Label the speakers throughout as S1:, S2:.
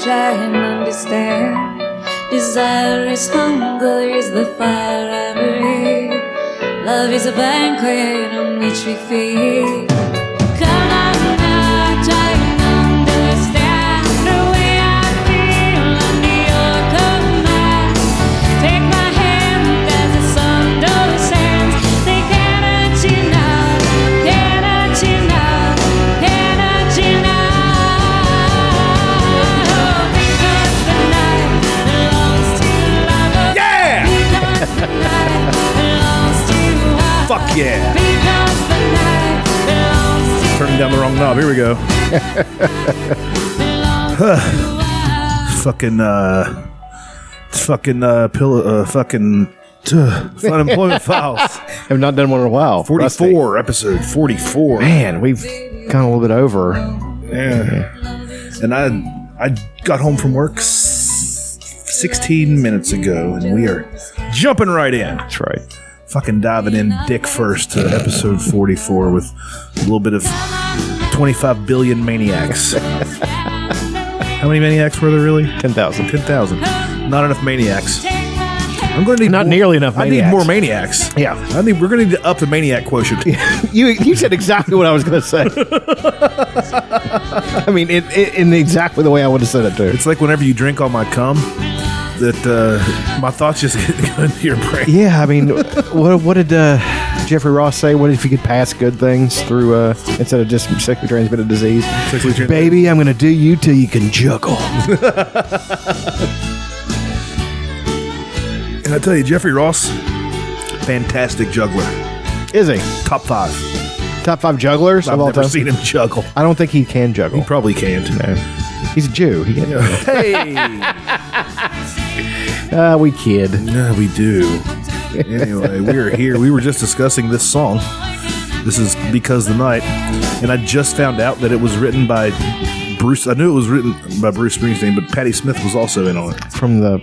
S1: try and understand. Desire is hunger, is the fire I breathe. Love is a banquet on which we feed. Come on now, try and understand the way I feel under your command. Take my hand as the sun descends. They cannot deny, cannot deny, cannot deny. Because the night belongs to lovers.
S2: Yeah!
S1: Because the night belongs to us.
S2: Fuck yeah.
S1: Because the night belongs to
S2: Turning down the wrong knob. Here we go. fucking uh fucking uh pillow uh fucking uh, unemployment files.
S3: Have not done one in a while. Rusty.
S2: 44 episode 44.
S3: Man, we've gone a little bit over.
S2: Yeah. And I I got home from work s- 16 minutes ago and we are jumping right in.
S3: That's right.
S2: Fucking diving in dick first to episode 44 with a little bit of 25 billion maniacs. How many maniacs were there really?
S3: Ten thousand.
S2: 10,000. Not enough maniacs. I'm going to need
S3: Not
S2: more-
S3: nearly enough
S2: I need
S3: maniacs.
S2: more maniacs.
S3: Yeah.
S2: I think we're going to need to up the maniac quotient.
S3: You you said exactly what I was going to say. I mean, it, it, in exactly the way I would have said it too.
S2: It's like whenever you drink on my cum, that uh, my thoughts just get into your brain.
S3: Yeah, I mean, what what did uh, Jeffrey Ross say? What if you could pass good things through uh, instead of just sexually transmitted disease?
S2: Sexually transmitted-
S3: Baby, I'm gonna do you till you can juggle.
S2: And I tell you, Jeffrey Ross, fantastic juggler.
S3: Is he
S2: Top five.
S3: top five jugglers
S2: I've
S3: of all
S2: never
S3: time?
S2: seen him juggle.
S3: I don't think he can juggle.
S2: Probably can't.
S3: He's a Jew. He can't.
S2: Hey,
S3: Uh, we kid.
S2: no, we do. Anyway, we are here. We were just discussing this song. This is because the night, and I just found out that it was written by Bruce. I knew it was written by Bruce Springsteen, but Patti Smith was also in on it.
S3: from the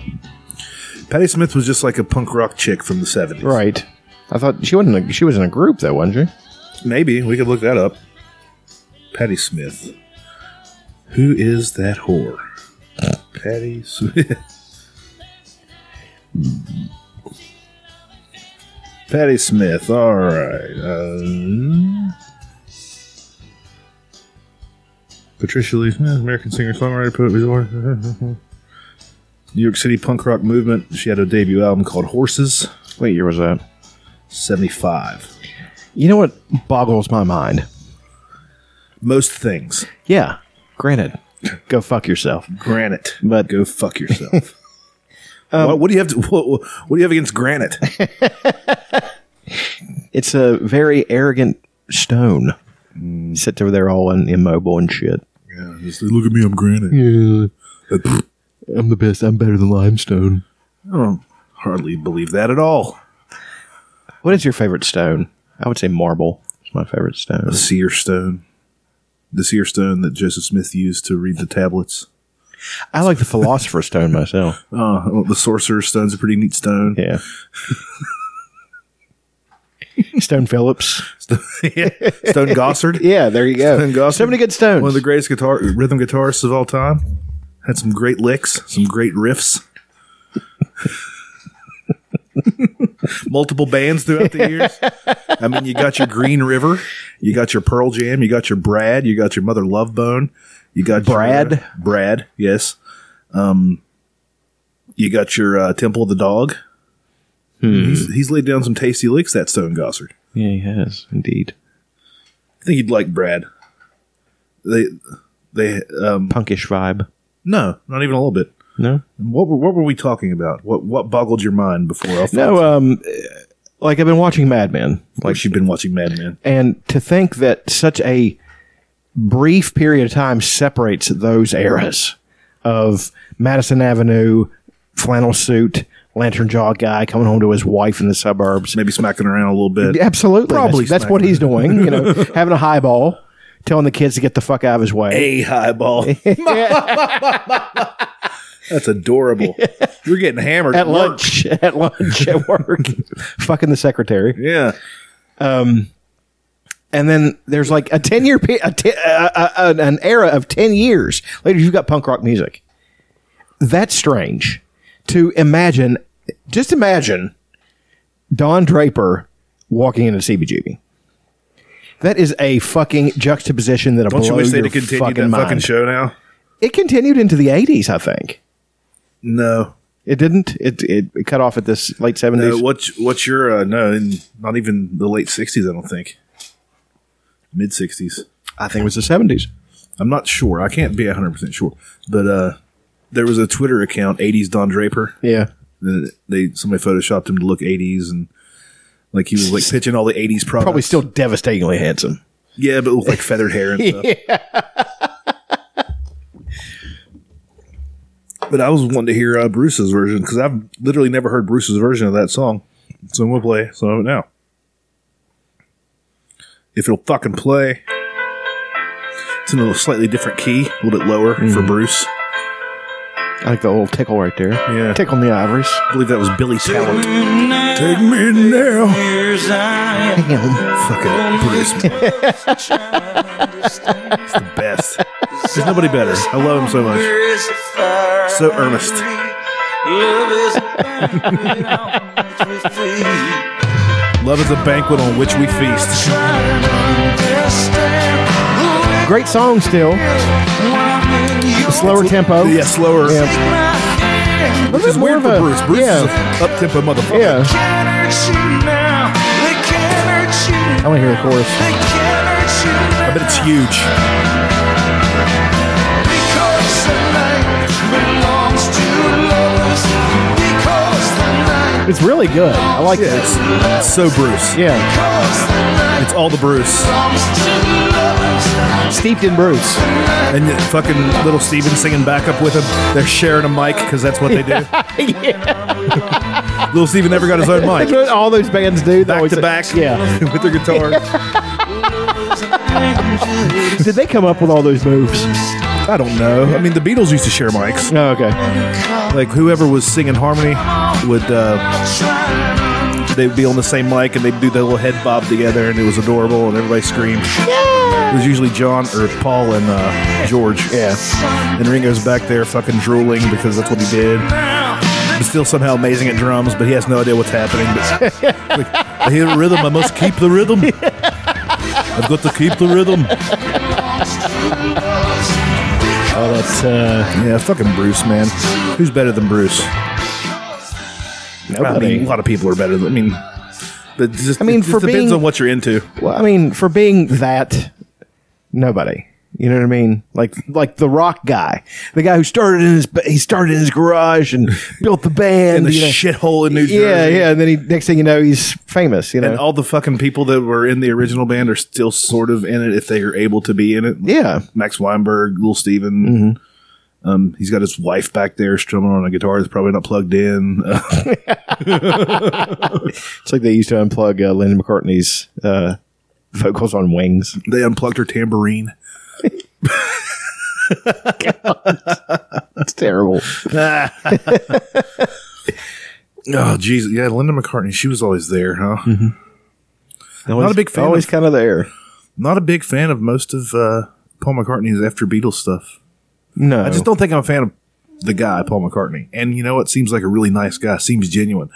S2: Patti Smith was just like a punk rock chick from the seventies.
S3: right. I thought she wasn't. A, she was in a group though, wasn't she?
S2: Maybe we could look that up. Patty Smith. Who is that whore? Patty Smith. Patty Smith. All right. Um, Patricia Lee, eh, American singer, songwriter, poet, resort. New York City punk rock movement. She had a debut album called Horses,
S3: What year was that?
S2: '75.
S3: You know what boggles my mind?
S2: Most things.
S3: Yeah, granted, go fuck yourself.
S2: granite.
S3: But-
S2: go fuck yourself. Um, what, what do you have? To, what, what do you have against granite?
S3: It's a very arrogant stone. Sits over there all un- immobile and shit.
S2: look at me, I'm granite. Yeah,
S3: I'm the best. I'm better than limestone.
S2: I don't hardly believe that at all.
S3: What is your favorite stone? I would say marble. It's my favorite stone.
S2: The seer stone, the seer stone that Joseph Smith used to read the tablets.
S3: I like the philosopher's stone myself.
S2: Uh, well, the sorcerer's stone's a pretty neat stone.
S3: Yeah. Stone Phillips.
S2: Stone Gossard.
S3: Yeah, there you go.
S2: Stone Gossard.
S3: So many good stones.
S2: One of the greatest guitar rhythm guitarists of all time. Had some great licks, some great riffs. Multiple bands throughout the years. I mean, you got your Green River, you got your Pearl Jam, you got your Brad, you got your Mother Love Bone, you got
S3: Brad?
S2: your, uh, Brad, yes. Um, you got your uh, Temple of the Dog. He's, he's laid down some tasty licks. That Stone Gossard.
S3: Yeah, he has indeed.
S2: I think you'd like Brad. They, they, um,
S3: Punkish vibe.
S2: no, not even a little bit.
S3: No,
S2: What were, what were we talking about? What what boggled your mind before? Alfonso?
S3: no. Um, like I've been watching Mad Men,
S2: like
S3: like,
S2: she'd been watching Mad Men.
S3: and to think that such a brief period of time separates those eras of Madison Avenue, flannel suit, lantern jaw guy coming home to his wife in the suburbs.
S2: Maybe smacking around a little bit.
S3: Absolutely,
S2: Probably
S3: that's, that's what
S2: smacking.
S3: he's doing. You know, having a highball, telling the kids to get the fuck out of his way.
S2: A highball. That's adorable. You're getting hammered
S3: At
S2: work.
S3: lunch, at lunch, at work, fucking the secretary.
S2: Yeah,
S3: and then there's like a 10 year pe- a te- uh, uh, uh, an era of 10 years later you've got punk rock music that's strange to imagine. Just imagine Don Draper walking into CBGB. That is a fucking juxtaposition that
S2: Don't
S3: blow
S2: you wish they'd
S3: your
S2: have continued
S3: fucking
S2: that
S3: mind.
S2: fucking show now?
S3: It continued into the eighties, I think.
S2: No.
S3: It didn't. It, it it cut off at this late
S2: No,
S3: seventies.
S2: what's what's your uh, no? in- Not even the late '60s. I don't think. Mid '60s.
S3: I think it was the seventies.
S2: I'm not sure. I can't be 100 percent sure. But uh, there was a Twitter account, '80s Don Draper.
S3: Yeah.
S2: Then They somebody photoshopped him to look '80s and like he was like pitching all the '80s products.
S3: Probably still devastatingly handsome.
S2: yeah, but with like feathered hair and stuff. But I was wanting to hear uh, Bruce's version because I've literally never heard Bruce's version of that song. So I'm gonna play some of it now. If it'll fucking play, it's in a little slightly different key, a little bit lower for
S3: Mm-hmm.
S2: Bruce.
S3: I like the little tickle right there.
S2: Yeah.
S3: Tickle in the ivories.
S2: I believe that was Billy Talent. Take me now, fucking
S3: Damn.
S2: Bruce. man. it's the best. There's nobody better. I love him so much. So earnest. Love is a banquet on which we feast.
S3: Great song still. Slower tempo.
S2: Yeah, slower.
S3: Yeah.
S2: Which is weird for Bruce. Bruce
S3: yeah.
S2: is up tempo motherfucker.
S3: yeah. I want to hear the chorus.
S2: I bet it's huge.
S3: It's really good. I like
S2: Yeah,
S3: this.
S2: it's, it's so Bruce.
S3: Yeah.
S2: It's all the Bruce.
S3: Steeped in Bruce.
S2: And the fucking little Steven singing backup with him. They're sharing a mic because that's what they do. little Steven never got his own
S3: That's
S2: mic.
S3: what all those bands do. They
S2: Back
S3: always-
S2: to back
S3: Yeah.
S2: with their guitar.
S3: Did they come up with all those moves?
S2: I don't know. I mean, the Beatles used to share mics.
S3: Oh, okay.
S2: Like, whoever was singing harmony would, uh, they'd be on the same mic and they'd do their little head bob together and it was adorable and everybody screamed. It was usually John or Paul and uh, George.
S3: Yeah.
S2: And Ringo's back there fucking drooling because that's what he did. But still somehow amazing at drums, but he has no idea what's happening. But like, I hear a rhythm, I must keep the rhythm. I've got to keep the rhythm.
S3: Oh, that's uh,
S2: Yeah, fucking Bruce, man. Who's better than Bruce? I
S3: nobody.
S2: mean, a lot of people are better than. I mean, but just,
S3: I mean,
S2: it just
S3: for
S2: depends
S3: being-
S2: on what you're into.
S3: Well, I mean, for being that, nobody. You know what I mean? Like, like the rock guy, the guy who started in his ba- he started in his garage and built the band.
S2: In the
S3: you know?
S2: shithole in New Jersey.
S3: yeah, yeah. And then he next thing you know, he's famous. You know?
S2: And all the fucking people that were in the original band are still sort of in it if they are able to be in it.
S3: yeah,
S2: Max Weinberg, Lil Steven. Um, he's got his wife back there strumming on a guitar that's probably not plugged in. Uh,
S3: it's like they used to unplug uh, Lennon McCartney's uh, vocals on Wings.
S2: they unplugged her tambourine.
S3: That's terrible.
S2: Oh, Jesus. Yeah, Linda McCartney. She was always there, huh?
S3: Always-
S2: a big fan
S3: Always
S2: of-
S3: kind of there.
S2: Not a big fan of most of uh, Paul McCartney's after Beatles stuff.
S3: No,
S2: I just don't think I'm a fan of the guy, Paul McCartney. And you know what? Seems like a really nice guy. Seems genuine.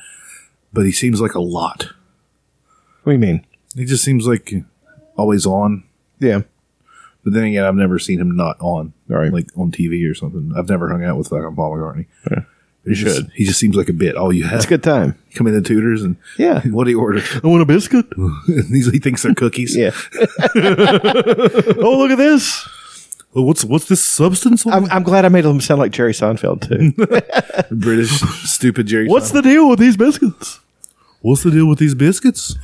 S2: But he seems like a lot.
S3: What do you mean?
S2: He just seems like always on.
S3: Yeah.
S2: But then again, I've never seen him not on,
S3: Right.
S2: like on TV or something. I've never hung out with fucking Paul McCartney. You
S3: should.
S2: He just seems like a bit. All you have.
S3: It's a good time.
S2: Come in the tutors and
S3: Yeah.
S2: What do you order?
S3: I want a biscuit.
S2: He's- he thinks they're cookies.
S3: Yeah. oh, look at this.
S2: Well, what's what's this substance? on
S3: I'm, I'm glad I made him sound like Jerry Seinfeld, too.
S2: it? British stupid Jerry. Seinfeld.
S3: the deal with these biscuits?
S2: what's the deal with these biscuits?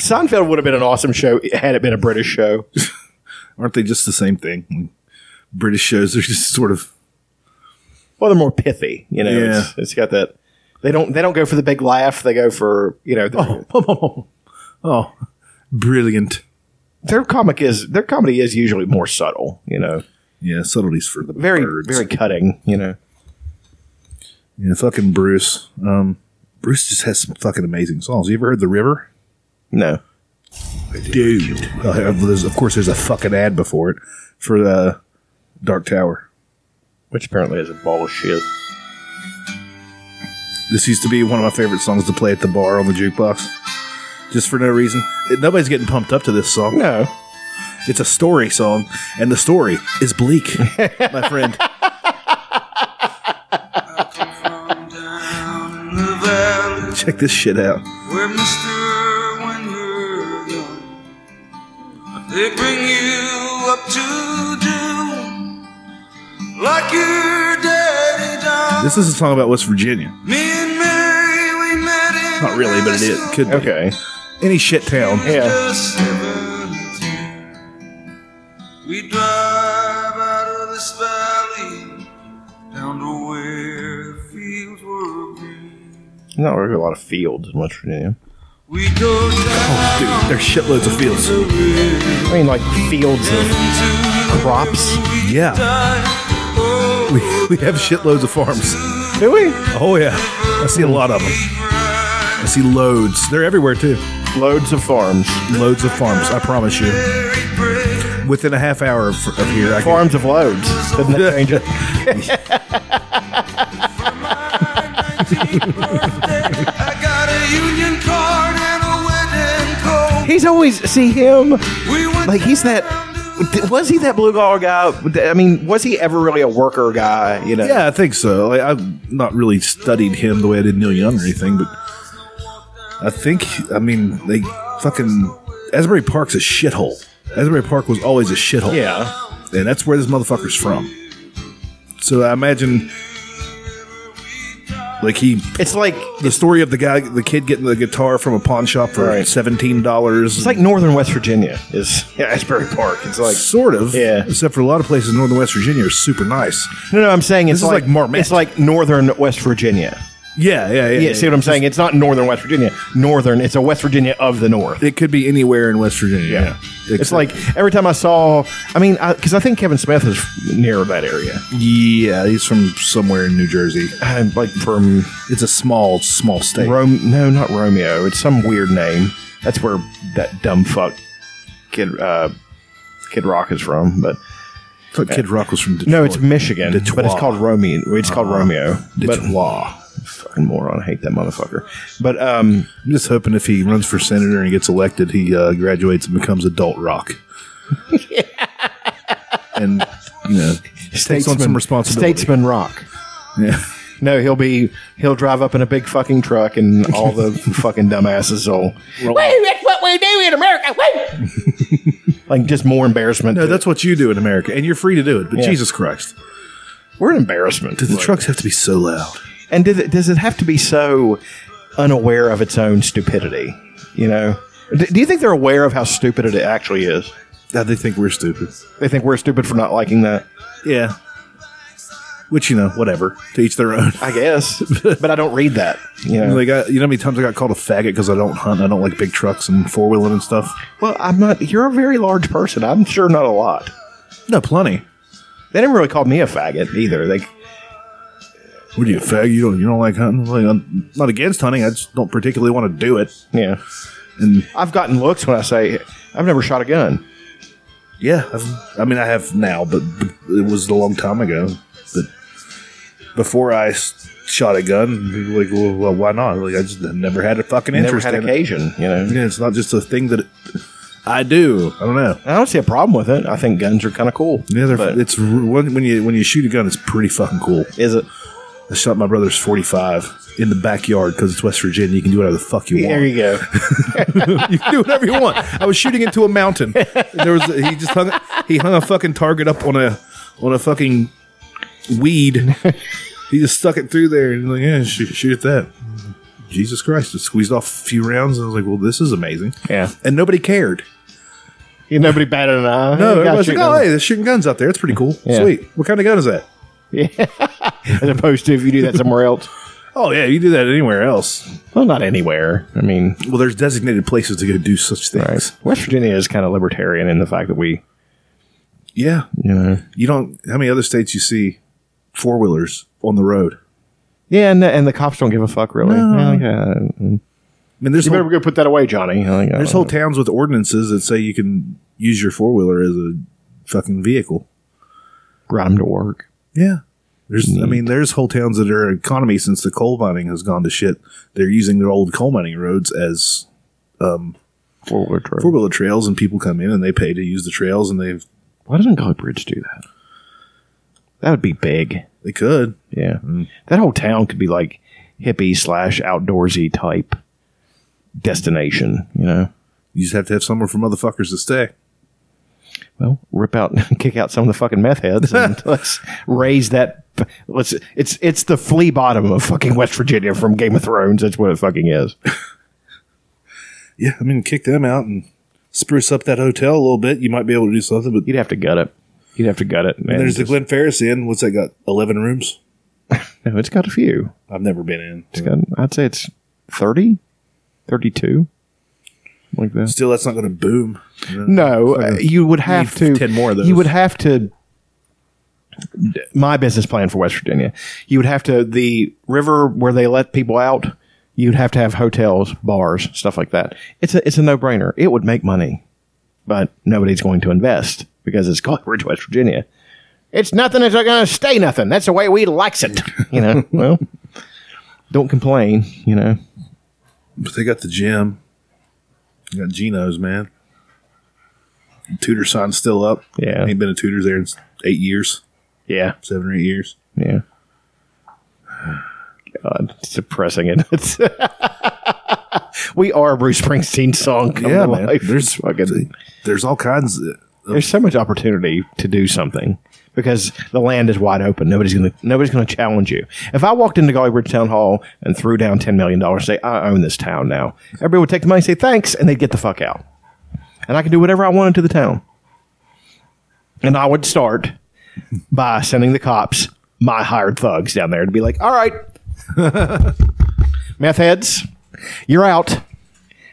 S3: Seinfeld would have been an awesome show had it been a British show.
S2: Aren't they just the same thing? Like, British shows are just sort of
S3: Well, they're more pithy, you know.
S2: Yeah.
S3: It's, it's got that. They don't. They don't go for the big laugh. They go for you know. Their,
S2: oh brilliant.
S3: their comic is their comedy is usually more subtle. You know,
S2: Yeah, subtleties for the
S3: very
S2: birds.
S3: very cutting. You know.
S2: yeah, fucking Bruce. Um, Bruce just has some fucking amazing songs. You ever heard the River?
S3: No.
S2: dude. Uh, there's, of course, there's a fucking ad before it for the Dark Tower.
S4: which apparently is a bullshit.
S2: This used to be one of my favorite songs to play at the bar on the jukebox, just for no reason. It- Nobody's getting pumped up to this song.
S3: No.
S2: It's a story song, and the story is bleak, my friend.
S5: From down the valley
S2: Check this shit out.
S5: where Mister, when you're young, they bring you up to do like your daddy done.
S2: This is a song about West Virginia.
S5: Me and Mary, we met in
S2: Not really, but it is. Could be.
S3: Okay.
S2: Any shit town.
S3: Yeah.
S5: Just 17. We drive out of this valley down to where the fields were green.
S4: Not really a lot of fields in West Virginia.
S5: We go down
S2: Oh, Dude, there's shitloads of fields.
S5: the river
S3: I mean, like fields
S5: and
S3: of
S5: into the
S3: crops.
S5: river we
S2: Yeah.
S5: dive. Oh,
S2: We, we have shitloads of farms.
S3: Do we?
S2: Oh, yeah. I see a lot of them. I see loads. They're everywhere, too.
S3: Loads of farms.
S2: Loads of farms, I promise you.
S5: Mary bread
S2: Within a half hour of, of here, I can,
S3: Farms of loads. Doesn't that change it?
S5: I got a union card and a wedding coat.
S3: He's always, see him,
S5: We went
S3: like he's that, was he that blue collar guy? I mean, was he ever really a worker guy? You know?
S2: yeah, I think so. Like, I've not really studied him the way I did Neil Young or anything, but I think, I mean, they fucking. Asbury Park's a shithole. Asbury Park was always a shithole.
S3: Yeah.
S2: And that's where this motherfucker's from. So I imagine, like he,
S3: It's like,
S2: the story of the guy, the kid getting the guitar from a pawn shop for
S3: Right.
S2: seventeen dollars.
S3: it's like northern West Virginia is yeah, Asbury Park. It's like,
S2: sort of,
S3: Yeah.
S2: Except for a lot of places in northern West Virginia are super nice.
S3: no, no, I'm saying it's
S2: This is like Marmette.
S3: It's like northern West Virginia.
S2: Yeah, yeah, yeah.
S3: Yeah, see what I'm saying? It's not northern West Virginia. Northern, it's a West Virginia of the north.
S2: It could be anywhere in West Virginia.
S3: Yeah.
S2: Except-
S3: It's like every time I saw, I mean, because I, think Kevin Smith is near that area.
S2: yeah, he's from somewhere in New Jersey.
S3: I'm like from
S2: It's a small, small state.
S3: Rome. No, not Romeo. It's some weird name. That's where that dumb fuck Kid uh, Kid Rock is from. But
S2: I thought Kid Rock was from Detroit.
S3: no, it's Michigan.
S2: Detroit. Uh-huh.
S3: But it's called Romeo. It's called Romeo. But
S2: Detroit.
S3: fucking moron, I hate that motherfucker. But um,
S2: I'm just hoping if he runs for senator and gets elected, he uh, graduates and becomes adult rock. and you know, takes on some responsibility.
S3: Statesman Rock.
S2: Yeah.
S3: No, he'll be he'll drive up in a big fucking truck, and all the fucking dumbasses will. Wait, that's what we do in America. Wait. like just more embarrassment.
S2: No,
S3: to-
S2: that's what you do in America, and you're free to do it. But Jesus Christ,
S3: we're an embarrassment.
S2: do the trucks have to be so loud?
S3: And did it, does it have to be so unaware of its own stupidity? You know, D- do you think they're aware of how stupid it actually is?
S2: Now they think we're stupid.
S3: They think we're stupid for not liking that.
S2: Yeah. Which you know, whatever. To each their own.
S3: I guess, but I don't read that. You know,
S2: Like I, you know, how many times I got called a faggot because I don't hunt. I don't like big trucks and four wheeling and stuff.
S3: well, I'm not. You're a very large person. I'm sure not a lot.
S2: No, plenty.
S3: They didn't really call me a faggot either. They
S2: What are you a fag? You don't you don't like hunting? Like, I'm not against hunting. I just don't particularly want to do it.
S3: Yeah.
S2: And
S3: I've gotten looks when I say, I've never shot a gun.
S2: yeah, I've, I mean, I have now, but, but it was a long time ago. But before I s- shot a gun, people were like, well, well, why not? Like, I just never had a fucking
S3: Never
S2: interest
S3: had
S2: in it.
S3: occasion, you know.
S2: Yeah, it's not just a thing that I do. I don't know.
S3: I don't see a problem with it. I think guns are kind of cool.
S2: Yeah, they're,
S3: But
S2: it's r- when, when you when you shoot a gun, it's pretty fucking cool.
S3: is it?
S2: I shot my brother's forty five in the backyard because it's West Virginia. You can do whatever the fuck you want.
S3: There you go.
S2: You can do whatever you want. I was shooting into a mountain. There was he just hung he hung a fucking target up on a on a fucking weed. He just stuck it through there and like yeah, shoot, shoot at that. Jesus Christ! Just squeezed off a few rounds and I was like, well, this is amazing.
S3: Yeah.
S2: and nobody cared.
S3: You nobody batted an eye.
S2: No,
S3: You got
S2: everybody's like,
S3: shooting
S2: oh
S3: on-
S2: hey, they're shooting guns out there. It's pretty cool.
S3: Yeah.
S2: Sweet. What kind of gun is that?
S3: As opposed to if you do that somewhere else.
S2: Oh yeah, you do that anywhere else.
S3: Well, not anywhere. I mean,
S2: Well, there's designated places to go do such things.
S3: West Virginia is kind of libertarian in the fact that we,
S2: Yeah,
S3: you know.
S2: you don't. How many other states you see four wheelers on the road?
S3: Yeah, and, and the cops don't give a fuck, really. Yeah, like, uh,
S2: I mean, there's
S3: you
S2: whole-
S3: better go put that away, Johnny. Oh, Like, I
S2: There's
S3: don't
S2: whole
S3: know.
S2: towns with ordinances that say you can use your four wheeler as a fucking vehicle.
S3: ride them to work.
S2: Yeah. There's, I mean, there's whole towns that are economy since the coal mining has gone to shit. They're using their old coal mining roads as
S3: Four wheeler trailer.
S2: four wheeler trails, and people come in and they pay to use the trails, and they've
S3: Why doesn't Gully Bridge do that? That would be big.
S2: they could.
S3: Yeah.
S2: Mm.
S3: That whole town could be like hippie slash outdoorsy type destination, you know?
S2: You just have to have somewhere for motherfuckers to stay.
S3: Well, rip out, kick out some of the fucking meth heads and let's raise that. Let's, it's, it's the flea bottom of fucking West Virginia from Game of Thrones. That's what it fucking is.
S2: Yeah, I mean, kick them out and spruce up that hotel a little bit. You might be able to do something. But
S3: You'd have to gut it. You'd have to gut it. man.
S2: there's the Glen Ferris Inn. What's that got? Eleven rooms.
S3: no, it's got a few.
S2: I've never been in.
S3: It's got, I'd say it's 30, 32, something like that.
S2: Still, that's not going to boom. You know?
S3: No, uh, you would have
S2: need
S3: to
S2: 10 more of those.
S3: You would have to. My business plan for West Virginia, you would have to the river where they let people out. You'd have to have hotels, bars, stuff like that. It's a it's a no brainer. It would make money, but nobody's going to invest because it's Gulf Ridge, West Virginia. It's nothing. It's not going to stay nothing. That's the way we likes it. You know. well, don't complain. You know.
S2: But they got the gym. They got Geno's, man. Tutor sign's still up.
S3: Yeah.
S2: Ain't been a tutor there in s- eight years,
S3: Yeah.
S2: seven or eight years.
S3: Yeah. God, it's depressing. And it's we are a Bruce Springsteen song. Come
S2: Yeah,
S3: to
S2: man.
S3: life.
S2: There's-
S3: It's fucking,
S2: There's all kinds of.
S3: there's so much opportunity to do something because the land is wide open. Nobody's gonna nobody's gonna challenge you. If I walked into Golly Bridge Town Hall and threw down ten million dollars, say I own this town now, everybody would take the money, say thanks, and they'd get the fuck out. And I could do whatever I wanted to the town. And I would start by sending the cops, my hired thugs down there to be like, all right, meth heads, you're out.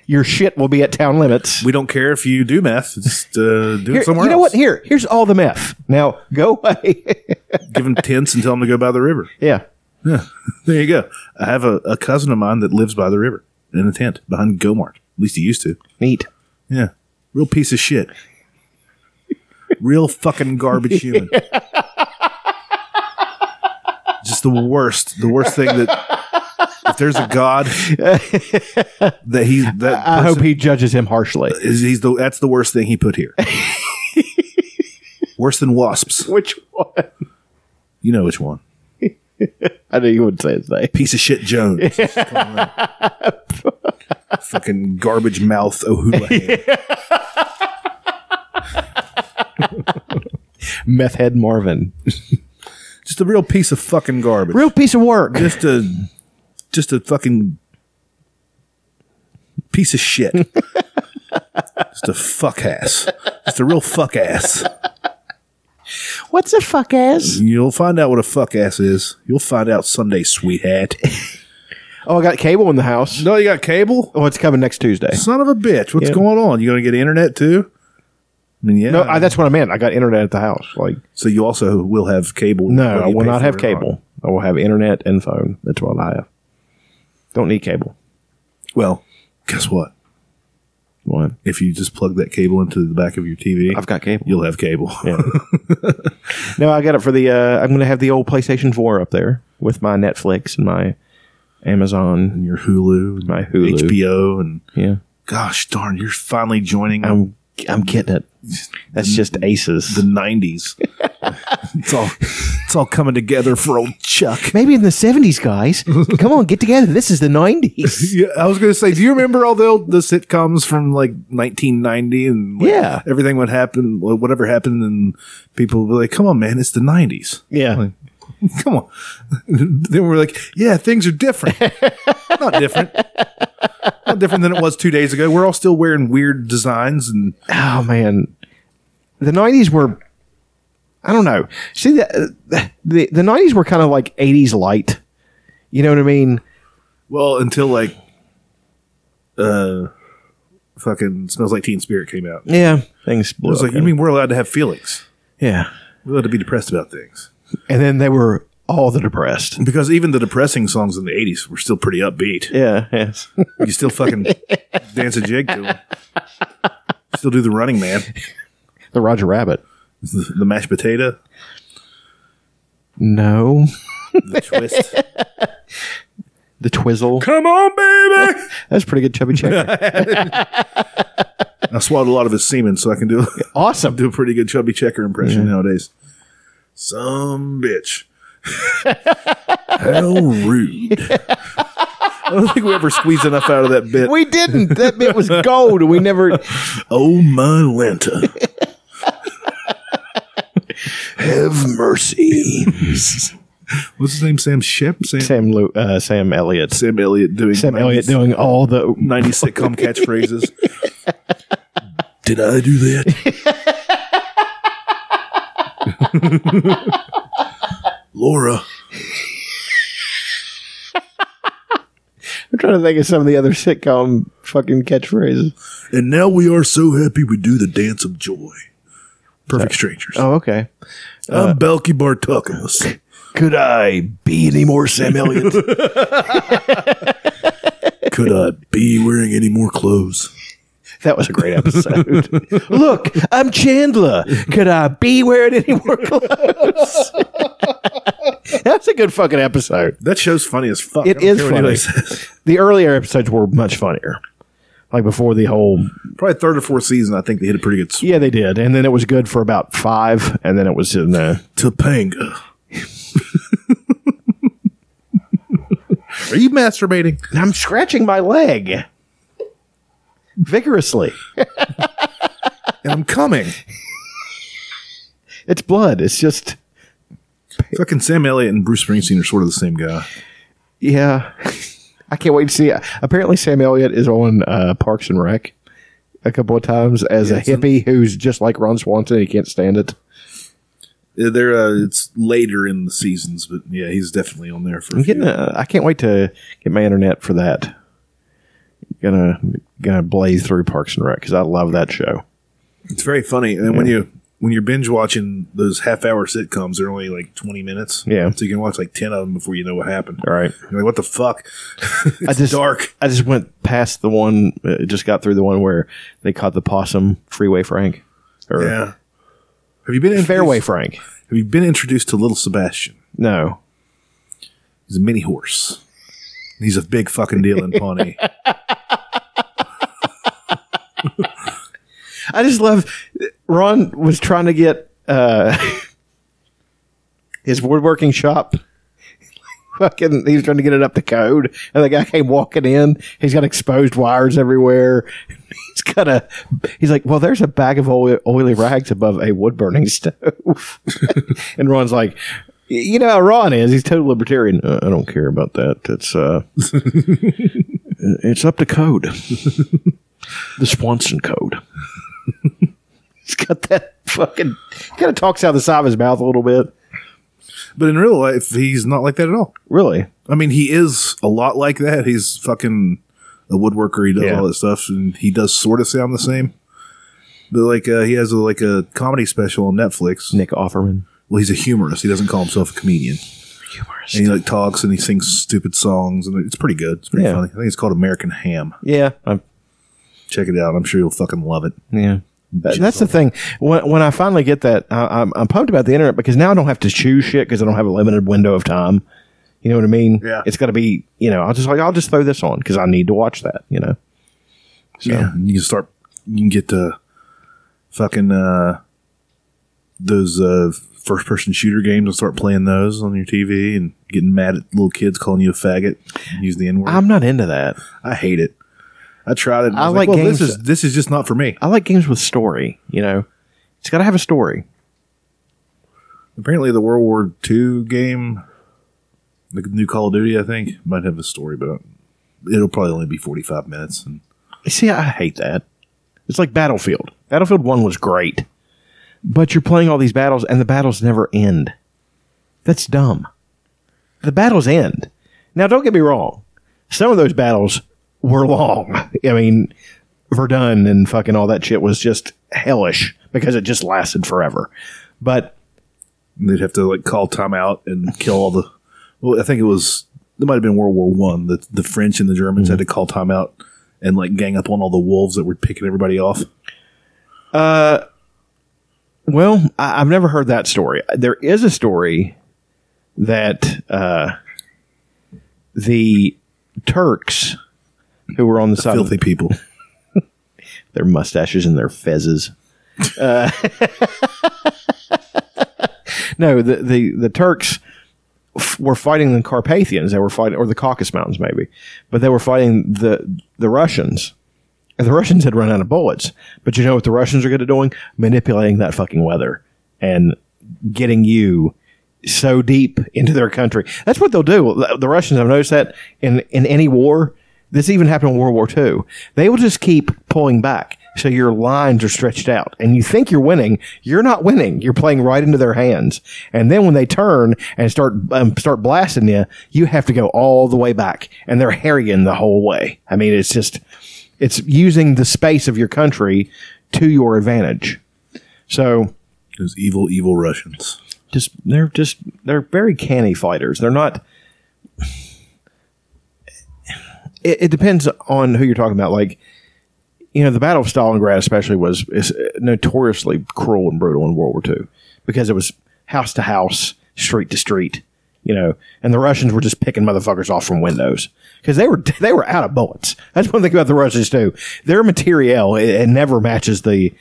S3: Your shit will be at town limits.
S2: We don't care if you do meth. Just uh, do
S3: Here-
S2: it somewhere
S3: you know
S2: else.
S3: what? Here, here's all the meth. Now go away.
S2: Give them tents and tell them to go by the river.
S3: yeah.
S2: There you go. I have a, a cousin of mine that lives by the river in a tent behind Gomart. At least he used to.
S3: Neat.
S2: Yeah. Real piece of shit. Real fucking garbage human. Just the worst. The worst thing that if there's a god that he that
S3: I
S2: person-
S3: hope he judges him harshly.
S2: is he's the that's the worst thing he put here. worse than wasps.
S3: Which one?
S2: You know which one.
S3: I knew you would say his name.
S2: Piece of shit Jones. Fucking garbage mouth Ohula.
S3: Meth head Marvin.
S2: Just a real piece of fucking garbage.
S3: Real piece of work.
S2: just a just a fucking piece of shit. just a fuck ass. Just a real fuck ass.
S3: What's a fuck ass?
S2: You'll find out what a fuck ass is. You'll find out Sunday, sweetheart.
S3: Oh, I got cable in the house.
S2: no, you got cable?
S3: Oh, it's coming next Tuesday.
S2: Son of a bitch. What's
S3: Yeah.
S2: going on? You gonna get internet too? I mean, yeah.
S3: No, I, that's what I meant. I got internet at the house. Like,
S2: so you also will have cable.
S3: no,
S2: whether
S3: I
S2: you
S3: will
S2: pay
S3: not
S2: for
S3: have
S2: it or
S3: cable. I will have internet and phone. That's what I have. Don't need cable.
S2: Well, guess what?
S3: What?
S2: If you just plug that cable into the back of your TV,
S3: I've got cable.
S2: You'll have cable.
S3: Yeah. no, I got it for the. Uh, I'm going to have the old PlayStation 4 up there with my Netflix and my Amazon.
S2: and your Hulu, and
S3: My Hulu.
S2: HBO, and
S3: Yeah,
S2: gosh darn, you're finally joining
S3: I'm I'm getting it. That's just aces.
S2: the '90s. it's all it's all coming together for old Chuck.
S3: Maybe in the 70s, guys. Come on, get together. This is the 90s.
S2: Yeah, I was gonna say, do you remember all the old, the sitcoms from like 1990 and like,
S3: Yeah.
S2: everything would happen, wh- whatever happened, and people were like, "Come on, man, it's the '90s.
S3: Yeah.
S2: Come on." then we're like, "Yeah, things are different. Not different." Not different than it was two days ago. We're all still wearing weird designs and
S3: Oh man, the '90s were. I don't know. See the the the '90s were kind of like '80s light. You know what I mean?
S2: Well, until like, uh, fucking smells like Teen Spirit came out. I
S3: Yeah, things blew.
S2: was
S3: up.
S2: like, you mean we're allowed to have feelings?
S3: yeah?
S2: We're allowed to be depressed about things
S3: And then they were all the depressed.
S2: because even the depressing songs in the '80s were still pretty upbeat.
S3: Yeah, yes.
S2: You still fucking dance a jig to them. Still do the Running Man,
S3: the Roger Rabbit.
S2: the, the mashed potato.
S3: No.
S2: The twist.
S3: The Twizzle.
S2: Come on, baby!
S3: That's pretty good chubby checker.
S2: I swallowed a lot of his semen, so I can do
S3: awesome.
S2: do a pretty good chubby checker impression nowadays. Some bitch. How rude. I don't think we ever squeezed enough out of that bit.
S3: We didn't. That bit was gold. We never.
S2: oh my Lanta. Have mercy. What's his name? Sam Shep? Sam, Sam.
S3: Sam Lu, uh, Sam Elliott.
S2: Elliott doing
S3: Sam Elliott
S2: 90s
S3: doing all the
S2: 90s sitcom catchphrases. Did I do that? Laura.
S3: I'm trying to think of some of the other sitcom fucking catchphrases.
S2: And now we are so happy we do the dance of joy. Perfect strangers.
S3: Oh, okay. uh,
S2: I'm Belky Bartuckus.
S3: Could I be any more Sam Elliott?
S2: Could I be wearing any more clothes?
S3: that was a great episode. Look, I'm Chandler. Could I be wearing any more clothes? That's a good fucking episode.
S2: That show's funny as fuck.
S3: It
S2: I don't
S3: is
S2: care what anybody
S3: funny.
S2: says.
S3: The earlier episodes were much funnier. Like before the whole
S2: Probably third or fourth season, I think they hit a pretty good sw-
S3: Yeah, they did. And then it was good for about five, and then it was in the
S2: Topanga. are you masturbating?
S3: I'm scratching my leg. Vigorously.
S2: And I'm coming.
S3: It's blood. It's just
S2: Fucking Sam Elliott and Bruce Springsteen are sort of the same guy.
S3: Yeah. I can't wait to see. Apparently, Sam Elliott is on uh, Parks and Rec a couple of times as a hippie who's just like Ron Swanson. He can't stand it.
S2: They're, uh, it's later in the seasons, but yeah, he's definitely on there for a
S3: I'm getting.
S2: few.
S3: A, I can't wait to get my internet for that. Gonna gonna blaze through Parks and Rec because I love that show.
S2: It's very funny, and when you when you're binge watching those half hour sitcoms, they're only like twenty minutes.
S3: Yeah.
S2: so you can watch like ten of them before you know what happened.
S3: All right.
S2: You're like, what the fuck? it's
S3: I just
S2: dark.
S3: I just went past the one. uh, Just got through the one where they caught the possum Freeway Frank or
S2: Yeah. Have you been introduced,
S3: Fairway Frank.
S2: Have you been introduced to Little Sebastian?
S3: No,
S2: He's a mini horse. He's a big fucking deal in Pawnee.
S3: I just love Ron was trying to get uh, his woodworking shop. Fucking, he was trying to get it up to code, and the guy came walking in. He's got exposed wires everywhere. He's got a. He's like, "Well, there's a bag of oily, oily rags above a wood burning stove," and Ron's like, "You know how Ron is. He's total libertarian. Uh, I don't care about that. It's uh, it's up to code, the Swanson code." He's got that fucking. He kind of talks out the side of his mouth a little bit.
S2: but in real life, he's not like that at all.
S3: Really?
S2: I mean, he is a lot like that. He's fucking a woodworker. He does
S3: Yeah.
S2: all that stuff, and he does sort of sound the same. But like, uh, he has a, like a comedy special on Netflix.
S3: Nick Offerman.
S2: Well, he's a humorist. He doesn't call himself a comedian.
S3: Humorous.
S2: And he like talks and he sings stupid songs, and it's pretty good. It's pretty
S3: Yeah.
S2: funny. I think it's called American Ham.
S3: Yeah. I'm,
S2: Check it out. I'm sure you'll fucking love it.
S3: yeah. That- that's the thing. When, when I finally get that, I, I'm, I'm pumped about the internet because now I don't have to choose shit because I don't have a limited window of time. You know what I mean?
S2: Yeah.
S3: It's got to be, you know, I'll just like, I'll just throw this on because I need to watch that, you know?
S2: Yeah, and you can start. You can get the fucking uh, those uh, first person shooter games and start playing those on your TV and getting mad at little kids calling you a faggot. and Use the N word.
S3: I'm not into that.
S2: I hate it. I tried it. and
S3: I
S2: was
S3: like
S2: well, this
S3: games
S2: is this is just not for me.
S3: I like games with story, you know? It's got to have a story.
S2: Apparently, the World War II game, the new Call of Duty, I think, might have a story, but it'll probably only be forty-five minutes. And
S3: You See, I hate that. It's like Battlefield. Battlefield 1 was great, but you're playing all these battles and the battles never end. That's dumb. The battles end. Now, don't get me wrong. Some of those battles were long. I mean, Verdun and fucking all that shit was just hellish because it just lasted forever. But
S2: they'd have to like call time out and kill all the. Well, I think it was it might have been World War One. The the French and the Germans had to call time out and like gang up on all the wolves that were picking everybody off.
S3: Well, I, I've never heard that story. There is a story that uh, the Turks who were on the, side of
S2: Filthy people.
S3: their mustaches and their fezzes. Uh, no, the, the, the Turks f- were fighting the Carpathians. They were fighting, or the Caucasus Mountains, maybe, but they were fighting the the Russians. And the Russians had run out of bullets. But you know what the Russians are good at doing? Manipulating that fucking weather and getting you so deep into their country. That's what they'll do. The- The Russians, I've noticed that in, in any war, this even happened in World War II. They will just keep pulling back. So your lines are stretched out and you think you're winning. You're not winning. You're playing right into their hands. And then when they turn and start, um, start blasting you, you have to go all the way back and they're harrying the whole way. I mean, it's just, it's using the space of your country to your advantage. So
S2: Those evil, evil Russians.
S3: just they're just they're very canny fighters. They're not. It, it depends on who you're talking about. Like, you know, the Battle of Stalingrad especially was is notoriously cruel and brutal in World War II because it was house to house, street to street. You know, and the Russians were just picking motherfuckers off from windows because they were they were out of bullets. That's one thing about the Russians too. Their materiel it, it never matches the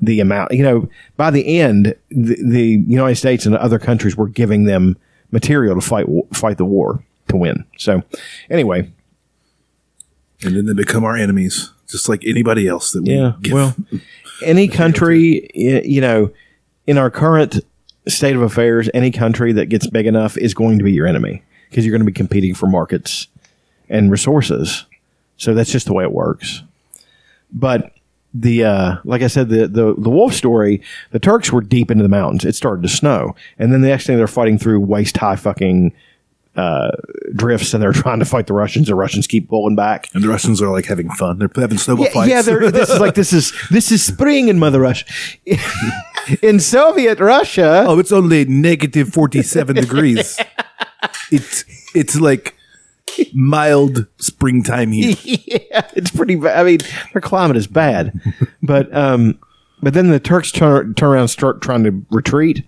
S3: the amount. You know, by the end, the, the United States and other countries were giving them material to fight wa- fight the war to win. So, anyway,
S2: And then they become our enemies, just like anybody else that we give-
S3: any country, y- you know, in our current state of affairs, any country that gets big enough is going to be your enemy because you're going to be competing for markets and resources. So that's just the way it works. But the uh, like I said, the, the the wolf story, the Turks were deep into the mountains. It started to snow, and then the next thing they're fighting through waist high fucking uh, drifts, and they're trying to fight the Russians. The Russians keep pulling back.
S2: And the Russians are like having fun. They're having snowball
S3: Yeah,
S2: fights.
S3: yeah they're- this is like this is this is spring in Mother Russia, in Soviet Russia.
S2: oh, it's only negative 47 degrees. It's, it's like mild springtime heat.
S3: Yeah, it's pretty. Bad. I mean, their climate is bad, but um, but then the Turks turn turn around, and start trying to retreat,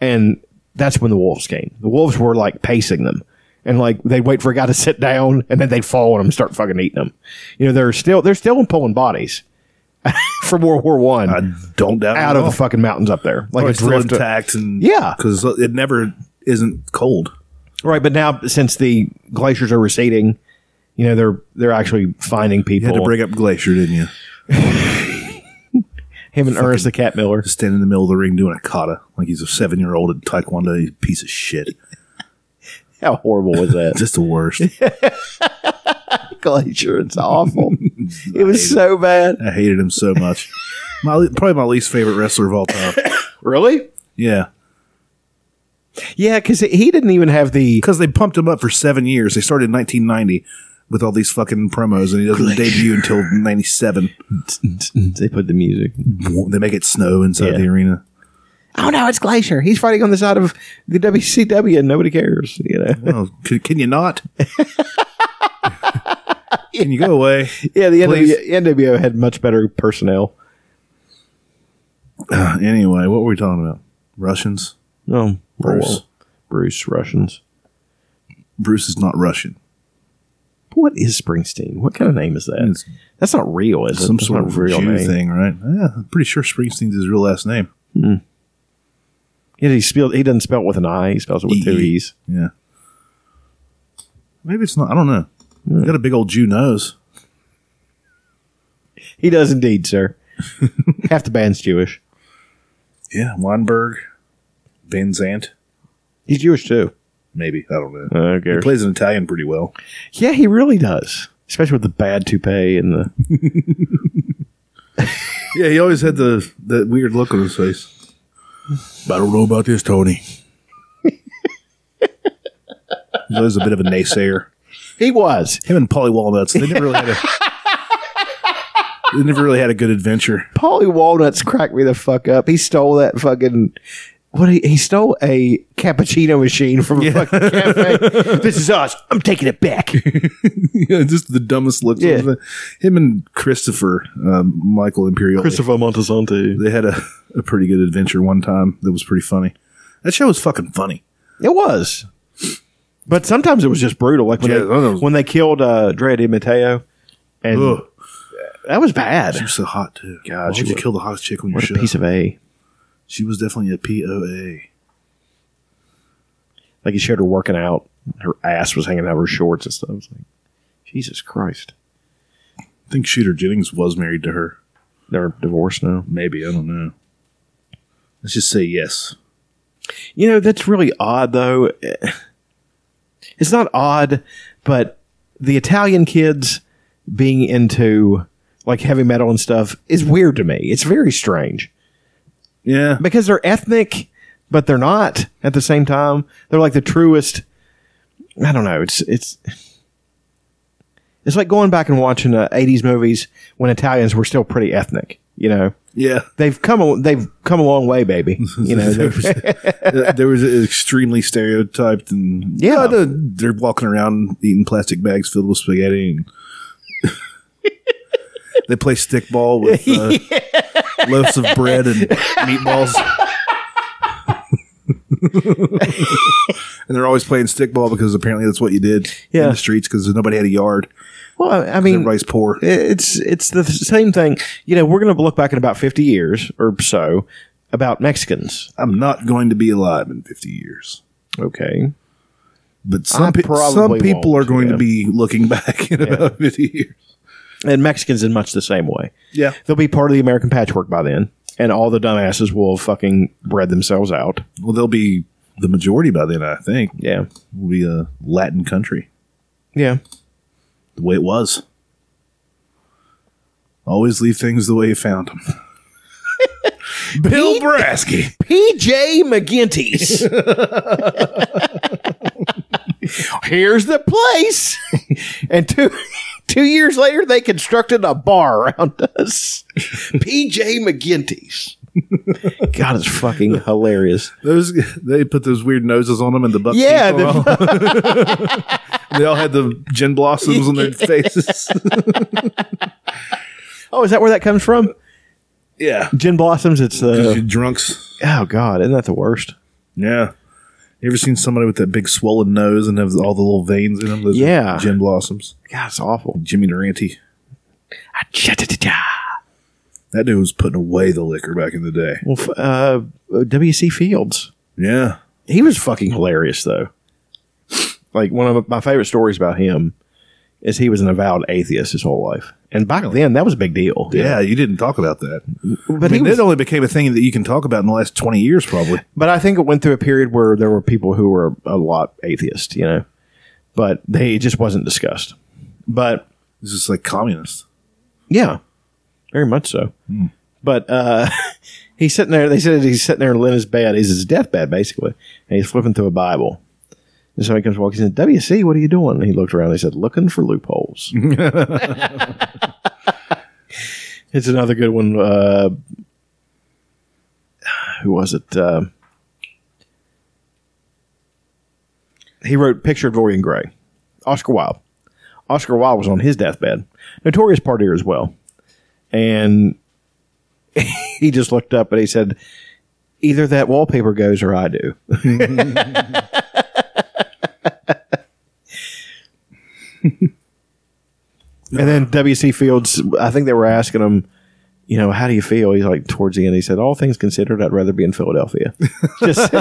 S3: and that's when the wolves came. The wolves were like pacing them, and like they'd wait for a guy to sit down, and then they'd fall on him, and start fucking eating them. You know, they're still they're still pulling bodies from World War One
S2: I don't doubt it
S3: out
S2: at
S3: of
S2: all.
S3: the fucking mountains up there, like
S2: Or
S3: a
S2: it's still
S3: drift-
S2: intact and
S3: Yeah.
S2: because it never isn't cold.
S3: Right, but now since the glaciers are receding, you know they're they're actually finding
S2: You
S3: people.
S2: had to break up Glacier, didn't you?
S3: him and Ernest the Cat Miller.
S2: Just standing in the middle of the ring doing a kata like he's a seven year old in Taekwondo. He's a piece of shit.
S3: How horrible was that?
S2: Just the worst.
S3: glacier, it's awful. it was so bad.
S2: I hated him so much. My le- probably my least favorite wrestler of all time.
S3: Really?
S2: Yeah,
S3: Yeah, because he didn't even have the.
S2: because they pumped him up for seven years. They started in 1990 with all these fucking promos, and he doesn't debut until '97.
S3: They put the music.
S2: They make it snow inside
S3: Yeah.
S2: the arena.
S3: Oh no, it's Glacier. He's fighting on the side of the WCW, and nobody cares. You know.
S2: Oh, can, can you not? can you go away?
S3: Yeah, the
S2: Please.
S3: NW, NWO had much better personnel.
S2: Uh, Anyway, what were we talking about? Russians.
S3: No,
S2: Oh, Bruce.
S3: Bruce Russians.
S2: Bruce is not Russian.
S3: What is Springsteen? What kind of name is that?
S2: It's
S3: That's not real, is it?
S2: some
S3: That's
S2: sort
S3: not
S2: of
S3: a real
S2: Jew
S3: name.
S2: thing, right? Yeah, I'm pretty sure Springsteen's his real last name.
S3: Yeah, he spelled. He doesn't spell it with an I. He spells it with two
S2: E.
S3: E's.
S2: Yeah. Maybe it's not. I don't know. He's got a big old Jew nose.
S3: He does indeed, sir. Half the band's Jewish.
S2: Yeah, Weinberg, Van Zant,
S3: He's Jewish too.
S2: maybe. I don't know.
S3: Okay.
S2: He plays an Italian pretty well.
S3: yeah, he really does. Especially with the bad toupee and the.
S2: Yeah, he always had the that weird look on his face. I don't know about this, Tony. He's always a bit of a naysayer.
S3: He was
S2: Him and Polly Walnuts, they never really had a they never really had a good adventure.
S3: Polly Walnuts cracked me the fuck up. He stole that fucking. What he, he stole a cappuccino machine from a fucking cafe. this is us. I'm taking it back.
S2: yeah, just the dumbest looks.
S3: Yeah.
S2: Him and Christopher, um, Michael Imperial.
S3: Montesante.
S2: they had a, a pretty good adventure one time that was pretty funny. That show was fucking funny.
S3: It was. But sometimes it was just brutal. Like when,
S2: Yeah,
S3: they,
S2: that was-
S3: when they killed uh, Drea Di Matteo, and
S2: Ugh,
S3: that was bad.
S2: she was so hot too.
S3: God,
S2: Why would
S3: she
S2: you
S3: was-
S2: kill the hottest chick when you
S3: What a
S2: should?
S3: piece of a!
S2: She was definitely a POA.
S3: Like he showed her working out, her ass was hanging out of her shorts and stuff. It's like, Jesus Christ,
S2: I think Shooter Jennings was married to her.
S3: they're divorced now.
S2: Maybe I don't know. Let's just say yes.
S3: You know, that's really odd, though. It's not odd, but the Italian kids being into like heavy metal and stuff is weird to me. It's very strange
S2: Yeah,
S3: because they're ethnic, but they're not at the same time. They're like the truest. I don't know. It's it's it's like going back and watching uh, '80s movies when Italians were still pretty ethnic. You know,
S2: yeah.
S3: they've come a, they've come a long way, baby. You know,
S2: there,
S3: they've-
S2: was, Uh, there was extremely stereotyped and
S3: Yeah.
S2: they're, they're walking around eating plastic bags filled with spaghetti and they play stickball with uh, loaves of bread and meatballs. and they're always playing stickball because apparently that's what you did
S3: Yeah.
S2: in the streets because nobody had a yard.
S3: well, I- I mean,
S2: Everybody's poor.
S3: it's it's the same thing. You know, we're going to look back in about fifty years or so about Mexicans.
S2: I'm not going to be alive in 50 years.
S3: Okay,
S2: But some, pe- some
S3: probably
S2: people
S3: won't,
S2: are going
S3: yeah.
S2: to be looking back in about 50 years.
S3: and Mexicans in much the same way.
S2: Yeah.
S3: They'll be part of the American patchwork by then, and all the dumbasses will have fucking bred themselves out.
S2: Well, they'll be the majority by then, I think.
S3: Yeah,
S2: Will be a Latin country
S3: yeah.
S2: the way it was. Always leave things the way you found them. Bill Brasky.
S3: PJ McGinty's. Here's the place. and two two years later they constructed a bar around us. PJ McGinty's. God, it's fucking hilarious.
S2: Those they put those weird noses on them and the buck.
S3: Yeah,
S2: teeth on them. they all had the gin blossoms on their faces.
S3: Oh, is that where that comes from?
S2: yeah,
S3: Gin blossoms, it's uh,
S2: Just
S3: the
S2: you drunks.
S3: Oh god, isn't that the worst?
S2: Yeah. You ever seen somebody with that big swollen nose and have all the little veins in them? Those are
S3: Yeah.
S2: gin blossoms.
S3: God, it's awful.
S2: Jimmy Durante. That dude was putting away the liquor back in the day.
S3: Well, f- uh, W.C. Fields.
S2: Yeah.
S3: he was fucking hilarious though. Like one of my favorite stories about him is he was an avowed atheist his whole life, and back then that was a big deal.
S2: Yeah, you didn't talk about that.
S3: but
S2: I mean,
S3: he was,
S2: that only became a thing that you can talk about in the last 20 years, probably.
S3: but I think it went through a period where there were people who were a lot atheist, you know, but they it just wasn't discussed. But
S2: It's just like communists.
S3: Yeah, very much so. But uh, he's sitting there. They said he's sitting there in Lena's bed. He's his deathbed basically, and he's flipping through a Bible. And somebody comes walking. He said, "WC, what are you doing?" And he looked around. He said, "Looking for loopholes." it's another good one. Uh, who was it? Uh, he wrote "Picture of Dorian Gray." Oscar Wilde. Oscar Wilde was on his deathbed, notorious partier as well. And he just looked up and he said, Either that wallpaper goes or I do. and then W.C. Fields, I think they were asking him, you know, how do you feel? He's like, towards the end, he said, All things considered, I'd rather be in Philadelphia. Just.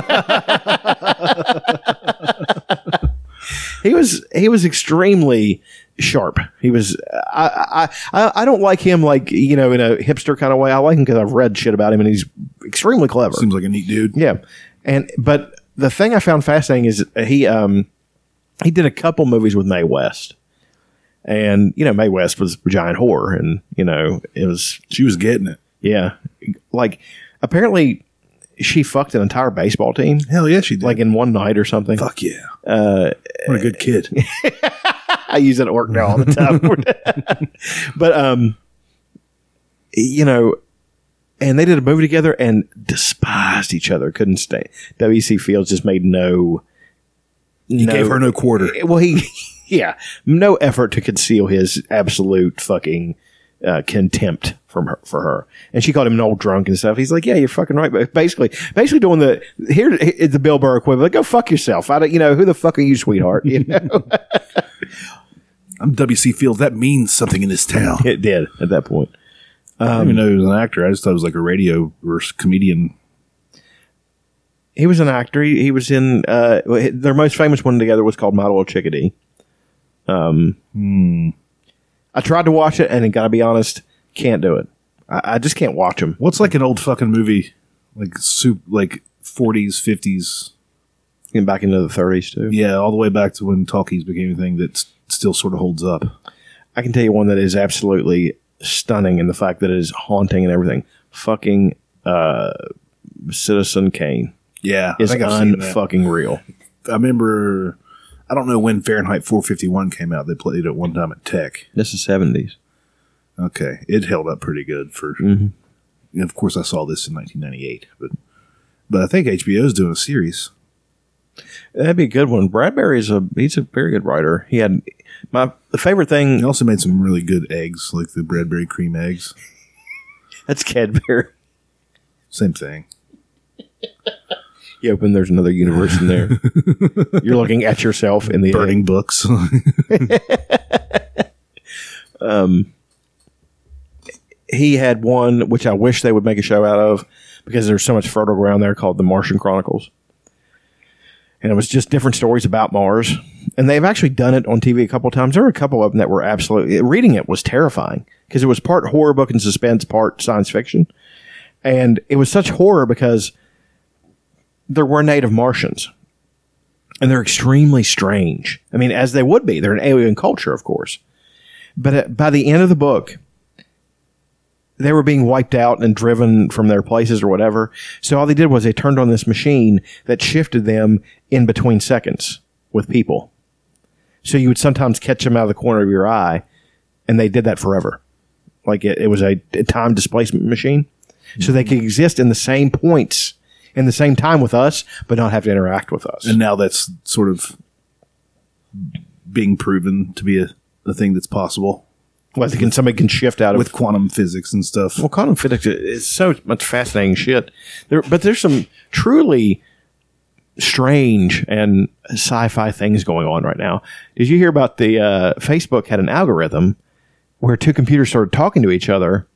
S3: he was he was extremely sharp. He was I I I- I don't like him like you know in a hipster kind of way. I like him because I've read shit about him and he's extremely clever.
S2: Seems like a neat dude.
S3: Yeah, and but the thing I found fascinating is he um he did a couple movies with Mae West, and you know Mae West was a giant horror, and you know it was
S2: She was getting it.
S3: yeah like apparently she fucked an entire baseball team
S2: Hell yeah, she did.
S3: like in one night or something.
S2: fuck yeah. Uh, what a good kid.
S3: I use it at work now all the time. but um, you know, and they did a movie together and despised each other. Couldn't stay. W.C. Fields just made no.
S2: He gave her no quarter.
S3: Well, he yeah, no effort to conceal his absolute fucking uh, contempt from her, for her. And she called him an old drunk and stuff. He's like, yeah, you're fucking right. But basically, basically doing the, here is the Bill Burr equivalent. Go fuck yourself. I don't, you know, who the fuck are you, sweetheart? You know?
S2: I'm W.C. Fields. That means something in this town.
S3: it did at that point.
S2: I didn't even know he was an actor. I just thought he was like a radio or s- comedian.
S3: He was an actor. He, he was in, uh, their most famous one together was called My Little Chickadee. Um, Hmm. I tried to watch it and gotta be honest, can't do it. I, I just can't watch them.
S2: What's like an old fucking movie, like soup, like 40s, 50s,
S3: And back into the 30s too.
S2: yeah, all the way back to when talkies became a thing that s- still sort of holds up.
S3: I can tell you one that is absolutely stunning in the fact that it is haunting and everything. Fucking uh, Citizen Kane
S2: Yeah,
S3: is
S2: I've seen that.
S3: unfucking real.
S2: I remember. I don't know when Fahrenheit 451 came out. They played it one time at Tech.
S3: This is seventies.
S2: Okay, it held up pretty good for. And of course, I saw this in 1998, but but I think HBO's doing a series.
S3: That'd be a good one. Bradbury's a he's a very good writer. He had my the favorite
S2: He
S3: thing
S2: also made some really good eggs, like the Bradbury cream eggs.
S3: that's Cadbury.
S2: Same thing.
S3: You open there's another universe in there. You're looking at yourself in the
S2: Burning books.
S3: He had one which I wish they would make a show out of because there's so much fertile ground there called the Martian Chronicles. and it was just different stories about Mars. And they've actually done it on TV a couple of times. There were a couple of them that were absolutely reading it was terrifying because it was part horror book and suspense, part science fiction, and it was such horror because there were native Martians, and they're extremely strange. I mean, as they would be, they're an alien culture, of course. But at, by the end of the book, they were being wiped out and driven from their places or whatever. So all they did was they turned on this machine that shifted them in between seconds with people. So you would sometimes catch them out of the corner of your eye, and they did that forever. Like it, it was a, a time displacement machine. So they could exist in the same points in the same time with us, but not have to interact with us.
S2: and now that's sort of being proven to be a, a thing that's possible
S3: like they can, somebody can shift out of
S2: with quantum physics and stuff.
S3: Well, quantum physics is so much fascinating shit. There, but there's some truly strange and sci-fi things going on right now. Did you hear about the uh, Facebook had an algorithm where two computers started talking to each other?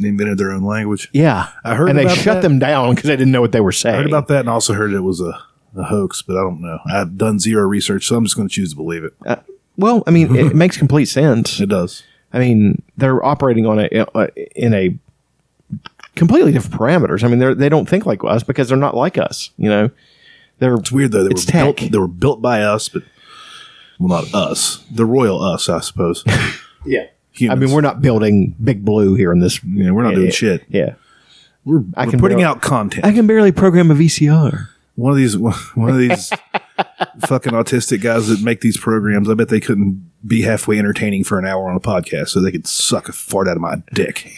S2: They invented their own language.
S3: Yeah,
S2: I heard
S3: and they
S2: about
S3: shut
S2: that.
S3: them down because they didn't know what they were saying.
S2: I heard about that and also heard it was a, a hoax, but I don't know. I've done zero research, so I'm just going to choose to believe it.
S3: Uh, well, I mean, it makes complete sense.
S2: It does.
S3: I mean, they're operating on a uh, in a completely different parameters. I mean, they they don't think like us because they're not like us. You know, they're
S2: It's weird though. They
S3: It's
S2: were built.
S3: tech.
S2: They were built by us, but well, not us. The royal us, I suppose.
S3: yeah. I
S2: Humans.
S3: mean, we're not building Big Blue here in this.
S2: Yeah, we're not doing shit.
S3: Yeah.
S2: We're,
S3: I
S2: we're
S3: can
S2: putting
S3: barely-
S2: out content.
S3: I can barely program a VCR.
S2: one of these one of these fucking autistic guys that make these programs. I bet they couldn't be halfway entertaining for an hour on a podcast, so they could suck a fart out of my dick.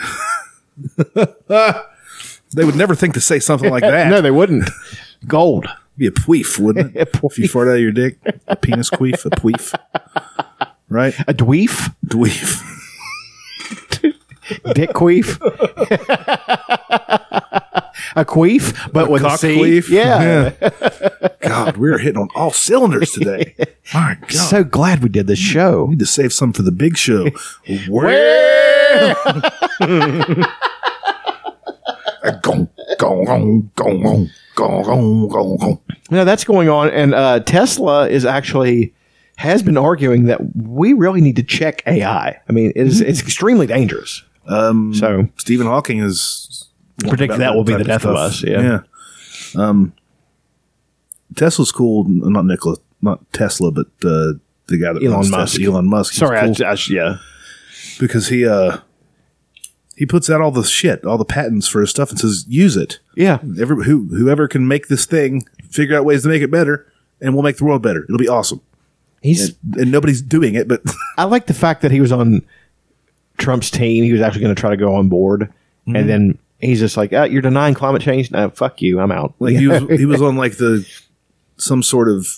S2: they would never think to say something like that.
S3: No, they wouldn't. Gold.
S2: be a queef, wouldn't it?
S3: A
S2: If you fart out of your dick, a penis queef, a queef, right?
S3: A dweef?
S2: Dweef.
S3: Dick queef? a queef, but with a
S2: cock
S3: C?
S2: queef?
S3: Yeah.
S2: God, we're hitting on all cylinders today. My God.
S3: So glad we did this show.
S2: need to save some for the big show.
S4: Gong, gong, gong, gong, gong, gong, gong, gong, gong.
S3: No, that's going on. And uh, Tesla is actually has been arguing that we really need to check AI. I mean, it is, it's extremely dangerous. Um, so
S2: Stephen Hawking is
S3: predict that will be the death of us. Yeah.
S2: Um, Tesla's cool. n- Not Nikola, not Tesla, but uh, the guy that
S3: Elon
S2: runs Tesla,
S3: Musk.
S2: Elon Musk. He's
S3: Sorry,
S2: cool
S3: I, I, yeah.
S2: because he uh, he puts out all the shit, all the patents for his stuff, and says use it.
S3: Yeah.
S2: Every who whoever can make this thing, figure out ways to make it better, and we'll make the world better. It'll be awesome.
S3: He's
S2: And nobody's doing it, but
S3: I like the fact that he was on Trump's team. He was actually going to try to go on board, and then he's just like, ah, "You're denying climate change? No, fuck you. I'm out."
S2: Like he was he was on like the some sort of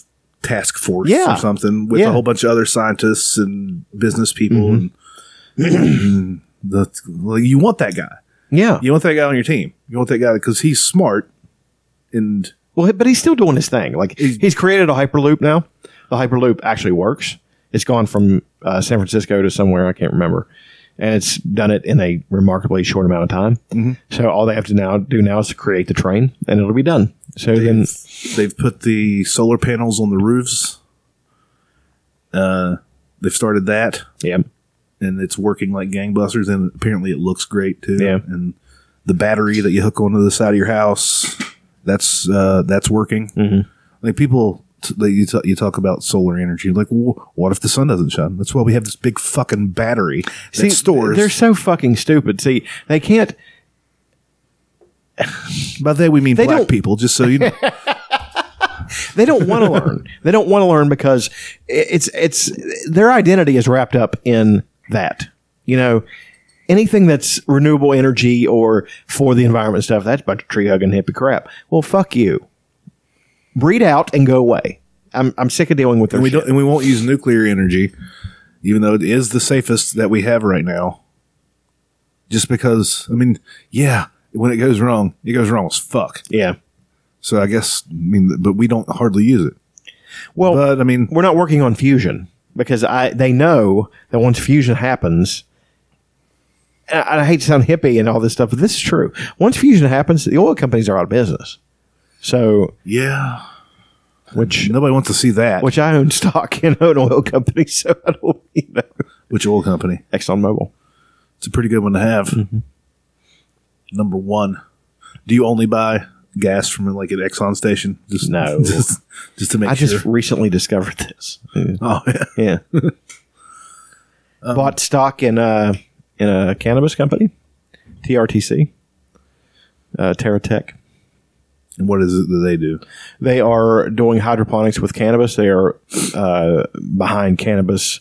S2: task force
S3: Yeah.
S2: or something with
S3: Yeah. Mm-hmm.
S2: a whole bunch of other scientists and business people and, The, like, you want that guy.
S3: Yeah.
S2: You want that guy on your team. You want that guy because he's smart and
S3: Well, but he's still doing his thing. Like he's created a hyperloop now. The hyperloop actually works. It's gone from uh, San Francisco to somewhere I can't remember, and it's done it in a remarkably short amount of time. So all they have to now do now is to create the train, and it'll be done. So then,
S2: they've, they've put the solar panels on the roofs. Uh, they've started that
S3: yeah,
S2: and it's working like gangbusters. And apparently, it looks great too.
S3: Yeah.
S2: And the battery that you hook onto the side of your house, that's uh, that's working. Mm-hmm. Like people, t- that you t- you talk about solar energy. Like, wh- what if the sun doesn't shine? That's why we have this big fucking battery that
S3: See,
S2: stores.
S3: They're so fucking stupid. See, they can't.
S2: By they we mean
S3: They
S2: black
S3: don't-
S2: people. Just so you know,
S3: They don't want to learn. They don't want to learn because it- it's it's their identity is wrapped up in that. You know, anything that's renewable energy or for the environment stuff, that's a bunch of tree hugging hippie crap. Well, fuck you. Breed out and go away. I'm I'm sick of dealing with their
S2: and we
S3: shit.
S2: don't and we won't use nuclear energy, even though it is the safest that we have right now. Just because, I mean, yeah, when it goes wrong, it goes wrong as fuck.
S3: Yeah.
S2: So I guess, I mean, but we don't hardly use it.
S3: Well,
S2: But I mean,
S3: we're not working on fusion because I they know that once fusion happens, and I, I hate to sound hippie and all this stuff, but this is true. Once fusion happens, the oil companies are out of business. So,
S2: yeah,
S3: which
S2: nobody wants to see that. Which,
S3: which I own stock in an oil company, so I don't you know
S2: oil company?
S3: ExxonMobil.
S2: It's a pretty good one to have.
S3: Mm-hmm.
S2: Number one, do you only buy gas from like an Exxon station? Just
S3: No.
S2: just, just to make
S3: I
S2: sure.
S3: just recently discovered this.
S2: oh yeah,
S3: Yeah, bought stock in a in a cannabis company, TRTC, uh, TerraTech.
S2: and what is it that they do?
S3: They are doing hydroponics with cannabis. They are uh, behind cannabis,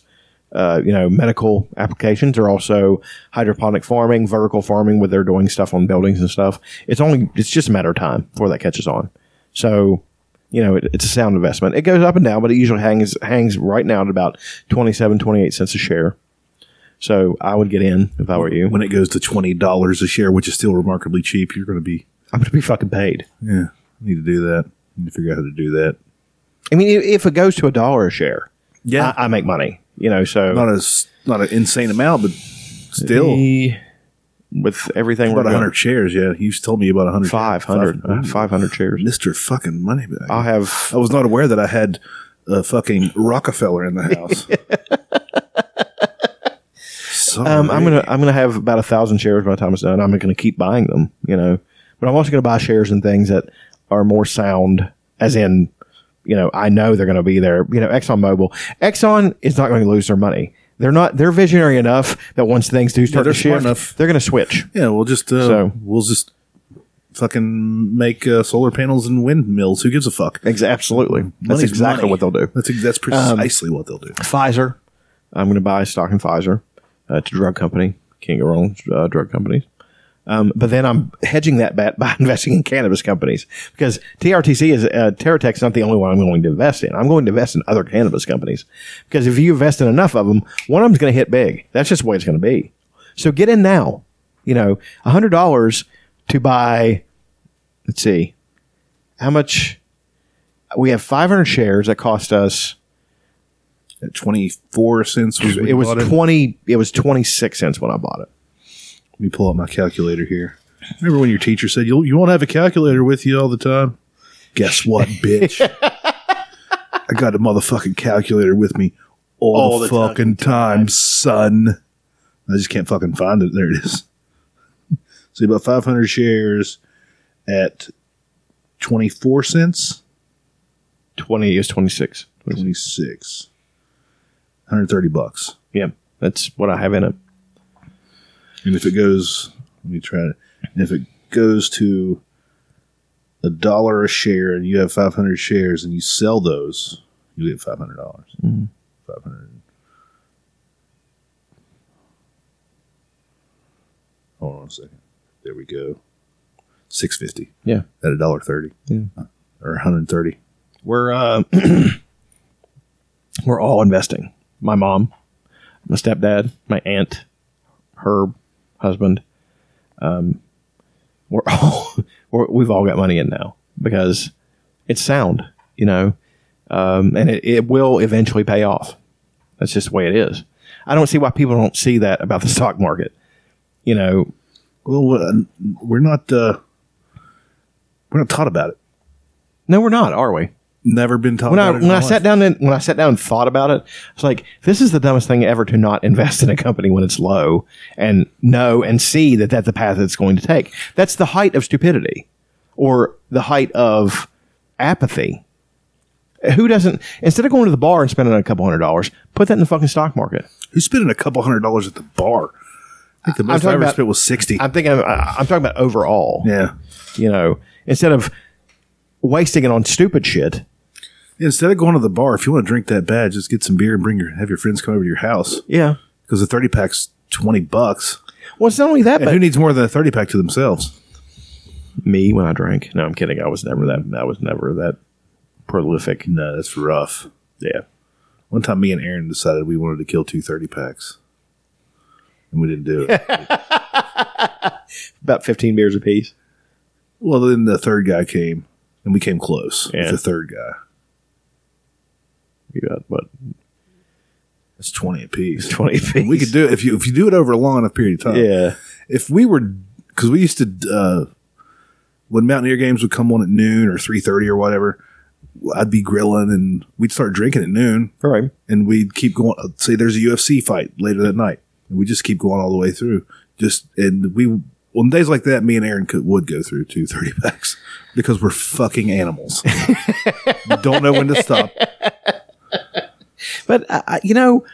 S3: uh, you know, medical applications. They're also hydroponic farming, vertical farming, where they're doing stuff on buildings and stuff. It's only it's just a matter of time before that catches on. So, you know, it, it's a sound investment. It goes up and down, but it usually hangs hangs right now at about 27, 28 cents a share. So I would get in if I were you.
S2: When it goes to twenty dollars a share, which is still remarkably cheap, you're going to be
S3: I'm going to be fucking paid.
S2: yeah. I need to do that. I need to figure out how to do that.
S3: I mean, if- if it goes to a dollar a share,
S2: Yeah.
S3: I, I make money. You know, so
S2: Not as not an insane amount, but still
S3: The- with everything
S2: about
S3: we're
S2: hundred shares. Yeah, you told me about hundred.
S3: five hundred five hundred shares.
S2: Mister fucking Moneybag.
S3: I'll have
S2: I was not aware that I had a fucking Rockefeller in the house. Sorry.
S3: um, I'm gonna I'm gonna have about a thousand shares by the time it's done. I'm gonna keep buying them, you know. But I'm also gonna buy shares in things that are more sound, as in, you know, I know they're gonna be there. You know, ExxonMobil. Exxon is not going to lose their money. They're not. They're visionary enough that once things do start
S2: they're
S3: to
S2: smart
S3: shift,
S2: enough.
S3: they're gonna switch.
S2: yeah, we'll just uh,
S3: So-
S2: we'll just fucking make uh, solar panels and windmills. Who gives a fuck?
S3: Ex- absolutely. That's
S2: Money's
S3: exactly
S2: money.
S3: what they'll do. Um,
S2: That's that's precisely what they'll do.
S3: Pfizer. I'm going to buy stock in Pfizer. Uh, it's a drug company. Can't go wrong with uh, drug companies. Um, but then I'm hedging that bet by investing in cannabis companies because TRTC is uh, TerraTech's not the only one I'm going to invest in. I'm going to invest in other cannabis companies because if you invest in enough of them, one of them's going to hit big. That's just the way it's going to be. So get in now. You know, hundred dollars to buy. Let's see, how much we have. Five hundred shares that cost us
S2: At twenty four cents was
S3: it was twenty. It was twenty six cents when I bought it.
S2: Let me pull out my calculator here. Remember when your teacher said you you won't have a calculator with you all the time? Guess what, bitch? I got a motherfucking calculator with me all,
S3: All
S2: the,
S3: the time.
S2: fucking time, son. I just can't fucking find it. There it is. so you bought 500 shares at 24 cents,
S3: Twenty is twenty six.
S2: 26, 130 bucks.
S3: Yeah, that's what I have in it.
S2: And if it goes, let me try it. And if it goes to a dollar a share, and you have five hundred shares, and you sell those, you get five hundred dollars.
S3: Mm-hmm.
S2: Five hundred. Hold on a second. There we go. Six fifty
S3: Yeah,
S2: at a dollar thirty.
S3: Yeah.
S2: Or one hundred thirty.
S3: we're uh, we're all investing. My mom, my stepdad, my aunt, Herb, husband, um, we're all we're, we've all got money in now because it's sound, you know, um, and it, it will eventually pay off. That's just the way it is. I don't see why people don't see that about the stock market. You know,
S2: Well, uh, we're not uh, we're not taught about it.
S3: no, we're not, are we?
S2: Never been taught
S3: when I
S2: about it. in
S3: when
S2: my
S3: I
S2: life.
S3: sat down and when I sat down and thought about it, I was like, this is the dumbest thing ever to not invest in a company when it's low and know and see that that's the path it's going to take. That's the height of stupidity or the height of apathy. Who doesn't instead of going to the bar and spending a couple hundred dollars, put that in the fucking stock market.
S2: who's spending a couple hundred dollars at the bar? I think the most I
S3: talking
S2: ever
S3: about-
S2: spent was sixty.
S3: I'm thinking I- I'm talking about overall.
S2: yeah.
S3: You know, instead of wasting it on stupid shit.
S2: Instead of going to the bar, if you want to drink that bad, just get some beer and bring your have your friends come over to your house
S3: Yeah.
S2: because the thirty pack's twenty bucks.
S3: Well, it's not only that,
S2: And
S3: but
S2: who needs more than a thirty pack to themselves?
S3: me when I drank. No, I'm kidding. I was never that. I was never that prolific.
S2: No, that's rough.
S3: Yeah,
S2: One time, me and Aaron decided we wanted to kill two 30 packs, and we didn't do it.
S3: about 15 beers apiece.
S2: well, then the third guy came, and we came close
S3: Yeah.
S2: with the third guy.
S3: You got what
S2: It's twenty apiece.
S3: 20 apiece.
S2: We could do it if you if you do it over a long enough period of time.
S3: Yeah,
S2: if we were because we used to uh, when mountaineer games would come on at noon or 3.30 or whatever i'd be grilling and we'd start drinking at noon
S3: all right.
S2: and we'd keep going uh, say there's a ufc fight later that night and we just keep going all the way through just and we on days like that me and aaron could, would go through two 30 packs because we're fucking animals don't know when to stop
S3: But I, I- you know,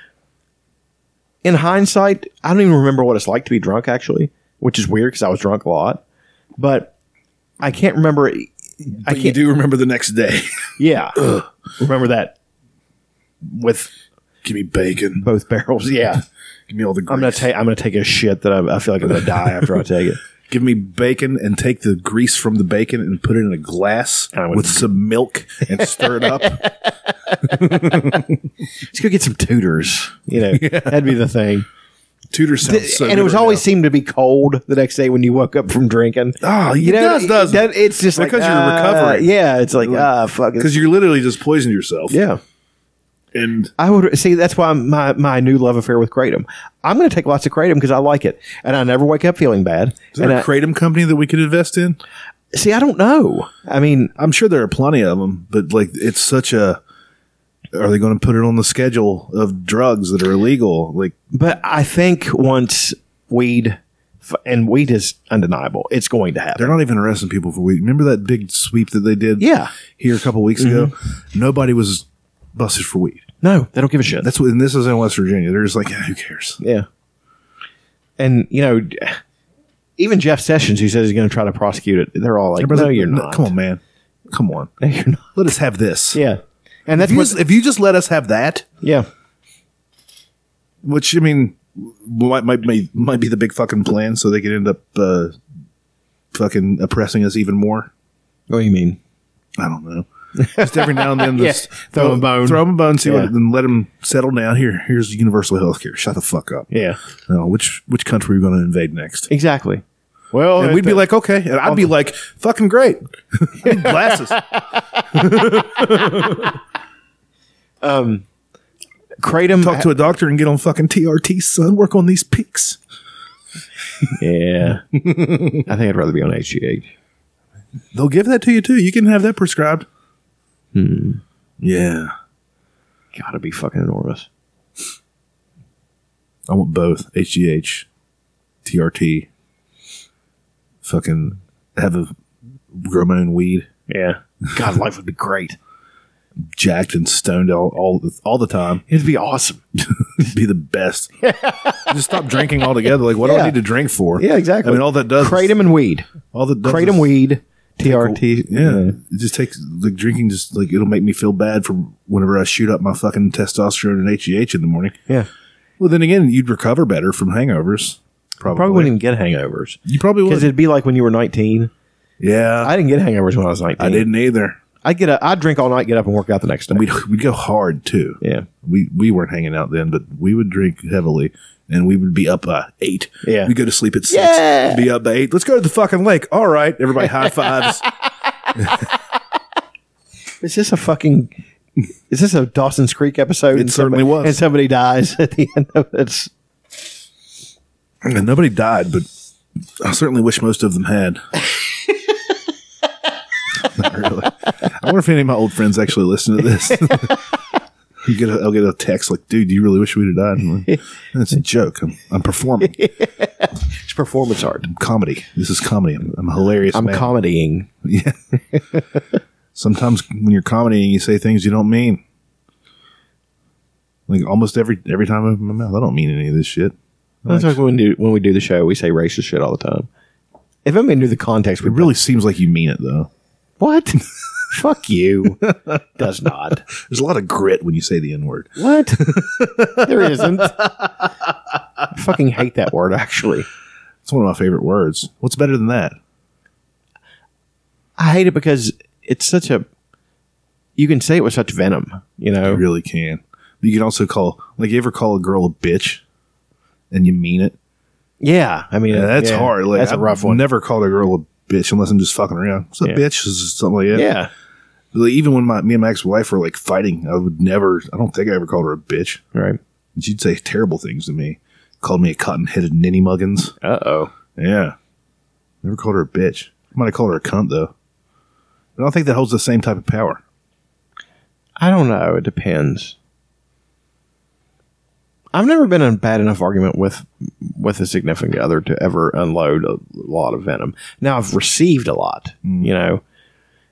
S3: in hindsight, I don't even remember what it's like to be drunk. Actually, which is weird because I was drunk a lot, but I can't remember. I
S2: but you
S3: can't.
S2: do remember the next day
S3: Yeah, remember that with
S2: give me bacon
S3: both barrels. Yeah,
S2: give me all the
S3: I'm gonna
S2: grease.
S3: take. I'm gonna take a shit that I, I feel like I'm gonna die after I take it.
S2: Give me bacon and take the grease from the bacon and put it in a glass
S3: I would-
S2: with some milk and stir it up.
S3: let's go get some tutors. You know, that'd be the thing.
S2: Tudor sounds so
S3: and it was
S2: good right
S3: always seemed to be cold the next day when you woke up from drinking.
S2: Ah, it does, doesn't it?
S3: e-, It's just like,
S2: Because you're
S3: uh,
S2: recovering.
S3: Yeah, it's like ah, fuck.
S2: now.
S3: it's-
S2: because you literally just poisoned yourself.
S3: yeah,
S2: and
S3: I would see. That's why my my new love affair with kratom. I'm going to take lots of kratom because I like it, and I never wake up feeling bad.
S2: is there
S3: and
S2: a
S3: I-
S2: kratom company that we could invest in?
S3: see, I don't know. I mean,
S2: I'm sure there are plenty of them, but like it's such a. Are they going to put it on the schedule of drugs that are illegal? Like
S3: but I think once weed f- and weed is undeniable, it's going to happen.
S2: they're not even arresting people for weed. Remember that big sweep that they did?
S3: Yeah. Mm-hmm.
S2: here a couple weeks ago, nobody was busted for weed.
S3: No, they don't give a shit.
S2: That's what, and this is in West Virginia. They're just like, "Yeah, who cares?
S3: Yeah. And you know, even Jeff Sessions, who says he's going to try to prosecute it, they're all like,
S2: Everybody's
S3: "No,
S2: like,
S3: you're
S2: "No,
S3: not.
S2: Come on, man. Come on.
S3: No, you're not."
S2: Let us have this.
S3: Yeah. And that's
S2: If you,
S3: what.
S2: just, if you just let us have that,
S3: Yeah.
S2: which I mean, might might might, might be the big fucking plan, so they could end up uh, fucking oppressing us even more.
S3: What do you mean?
S2: I don't know. Just every now and then, just
S3: throw 'em a bone.
S2: throw 'em a bone, see
S3: Yeah.
S2: what, and let them settle down. Here, here's universal health care. Shut the fuck up.
S3: Yeah.
S2: No, which which country are we going to invade next?
S3: Exactly. Well,
S2: And we'd be like, okay, and I'd be like, fucking great. I need glasses.
S3: kratom.
S2: Talk to a doctor and get on fucking TRT, son. Work on these peaks.
S3: yeah. I think I'd rather be on HGH.
S2: They'll give that to you too. You can have that prescribed. Hmm. Yeah.
S3: Gotta be fucking enormous.
S2: I want both HGH, TRT, fucking have a grow my own weed,
S3: Yeah. God, life would be great.
S2: jacked and stoned all all, all the time.
S3: It'd be awesome.
S2: Be the best. Just stop drinking altogether. Like, what do
S3: Yeah.
S2: I need to drink for?
S3: Yeah, exactly.
S2: I mean, all that does
S3: Kratom and weed.
S2: all that does
S3: Kratom,
S2: is-
S3: weed, TRT.
S2: Yeah, it just takes like drinking. Just like it'll make me feel bad for whenever I shoot up my fucking testosterone and HGH in the morning.
S3: Yeah.
S2: Well, then again, you'd recover better from hangovers. Probably,
S3: Probably wouldn't even get hangovers.
S2: You probably
S3: Because
S2: would.
S3: it'd be like when you were 19.
S2: yeah,
S3: I didn't get hangovers when I was 19.
S2: I didn't either.
S3: I get up, I drink all night, get up and work out the next day.
S2: We'd, we'd go hard too.
S3: yeah,
S2: We we weren't hanging out then, but we would drink heavily and we would be up by eight.
S3: Yeah.
S2: We'd go to sleep at six.
S3: Yeah.
S2: Be up by eight. Let's go to the fucking lake. All right. Everybody high fives.
S3: is this a fucking? Is this a Dawson's Creek episode?
S2: It
S3: and
S2: certainly
S3: somebody-
S2: was.
S3: And somebody dies at the end of it.
S2: and nobody died, but I certainly wish most of them had. Not really. I wonder if any of my old friends actually listen to this. You get a, I'll get a text like, dude, do you really wish we'd have died? I'm like, That's a joke. I'm, I'm performing
S3: It's performance art.
S2: comedy. This is comedy. I'm, I'm a hilarious.
S3: I'm
S2: man.
S3: comedying.
S2: Yeah. Sometimes when you're comedying, you say things you don't mean. Like almost every every time I open my mouth, I don't mean any of this shit.
S3: That's like when we do when we do the show, we say racist shit all the time. If anybody knew the context, we
S2: It really seems like you mean it though.
S3: what? Fuck you. Does not.
S2: There's a lot of grit when you say the N word.
S3: What? there isn't. I fucking hate that word. Actually,
S2: It's one of my favorite words. What's better than that?
S3: I hate it because it's such a. You can say it with such venom. You know.
S2: You really can. But you can also call like you ever call a girl a bitch, and you mean it.
S3: Yeah, I mean
S2: Yeah, that's
S3: yeah,
S2: hard. Like,
S3: that's a
S2: I've
S3: rough one.
S2: Never called a girl a bitch unless I'm just fucking around. It's a
S3: Yeah.
S2: bitch, it's just something like that.
S3: yeah,
S2: Like, even when my me and my ex wife were like fighting, I would never. I don't think I ever called her a bitch.
S3: right.
S2: And She'd say terrible things to me. Called me a cotton headed ninny muggins.
S3: Uh oh.
S2: Yeah. Never called her a bitch. I might have called her a cunt, though. But I don't think that holds the same type of power.
S3: I don't know. It depends. I've never been in a bad enough argument with with a significant other to ever unload a lot of venom. Now I've received a lot, you know,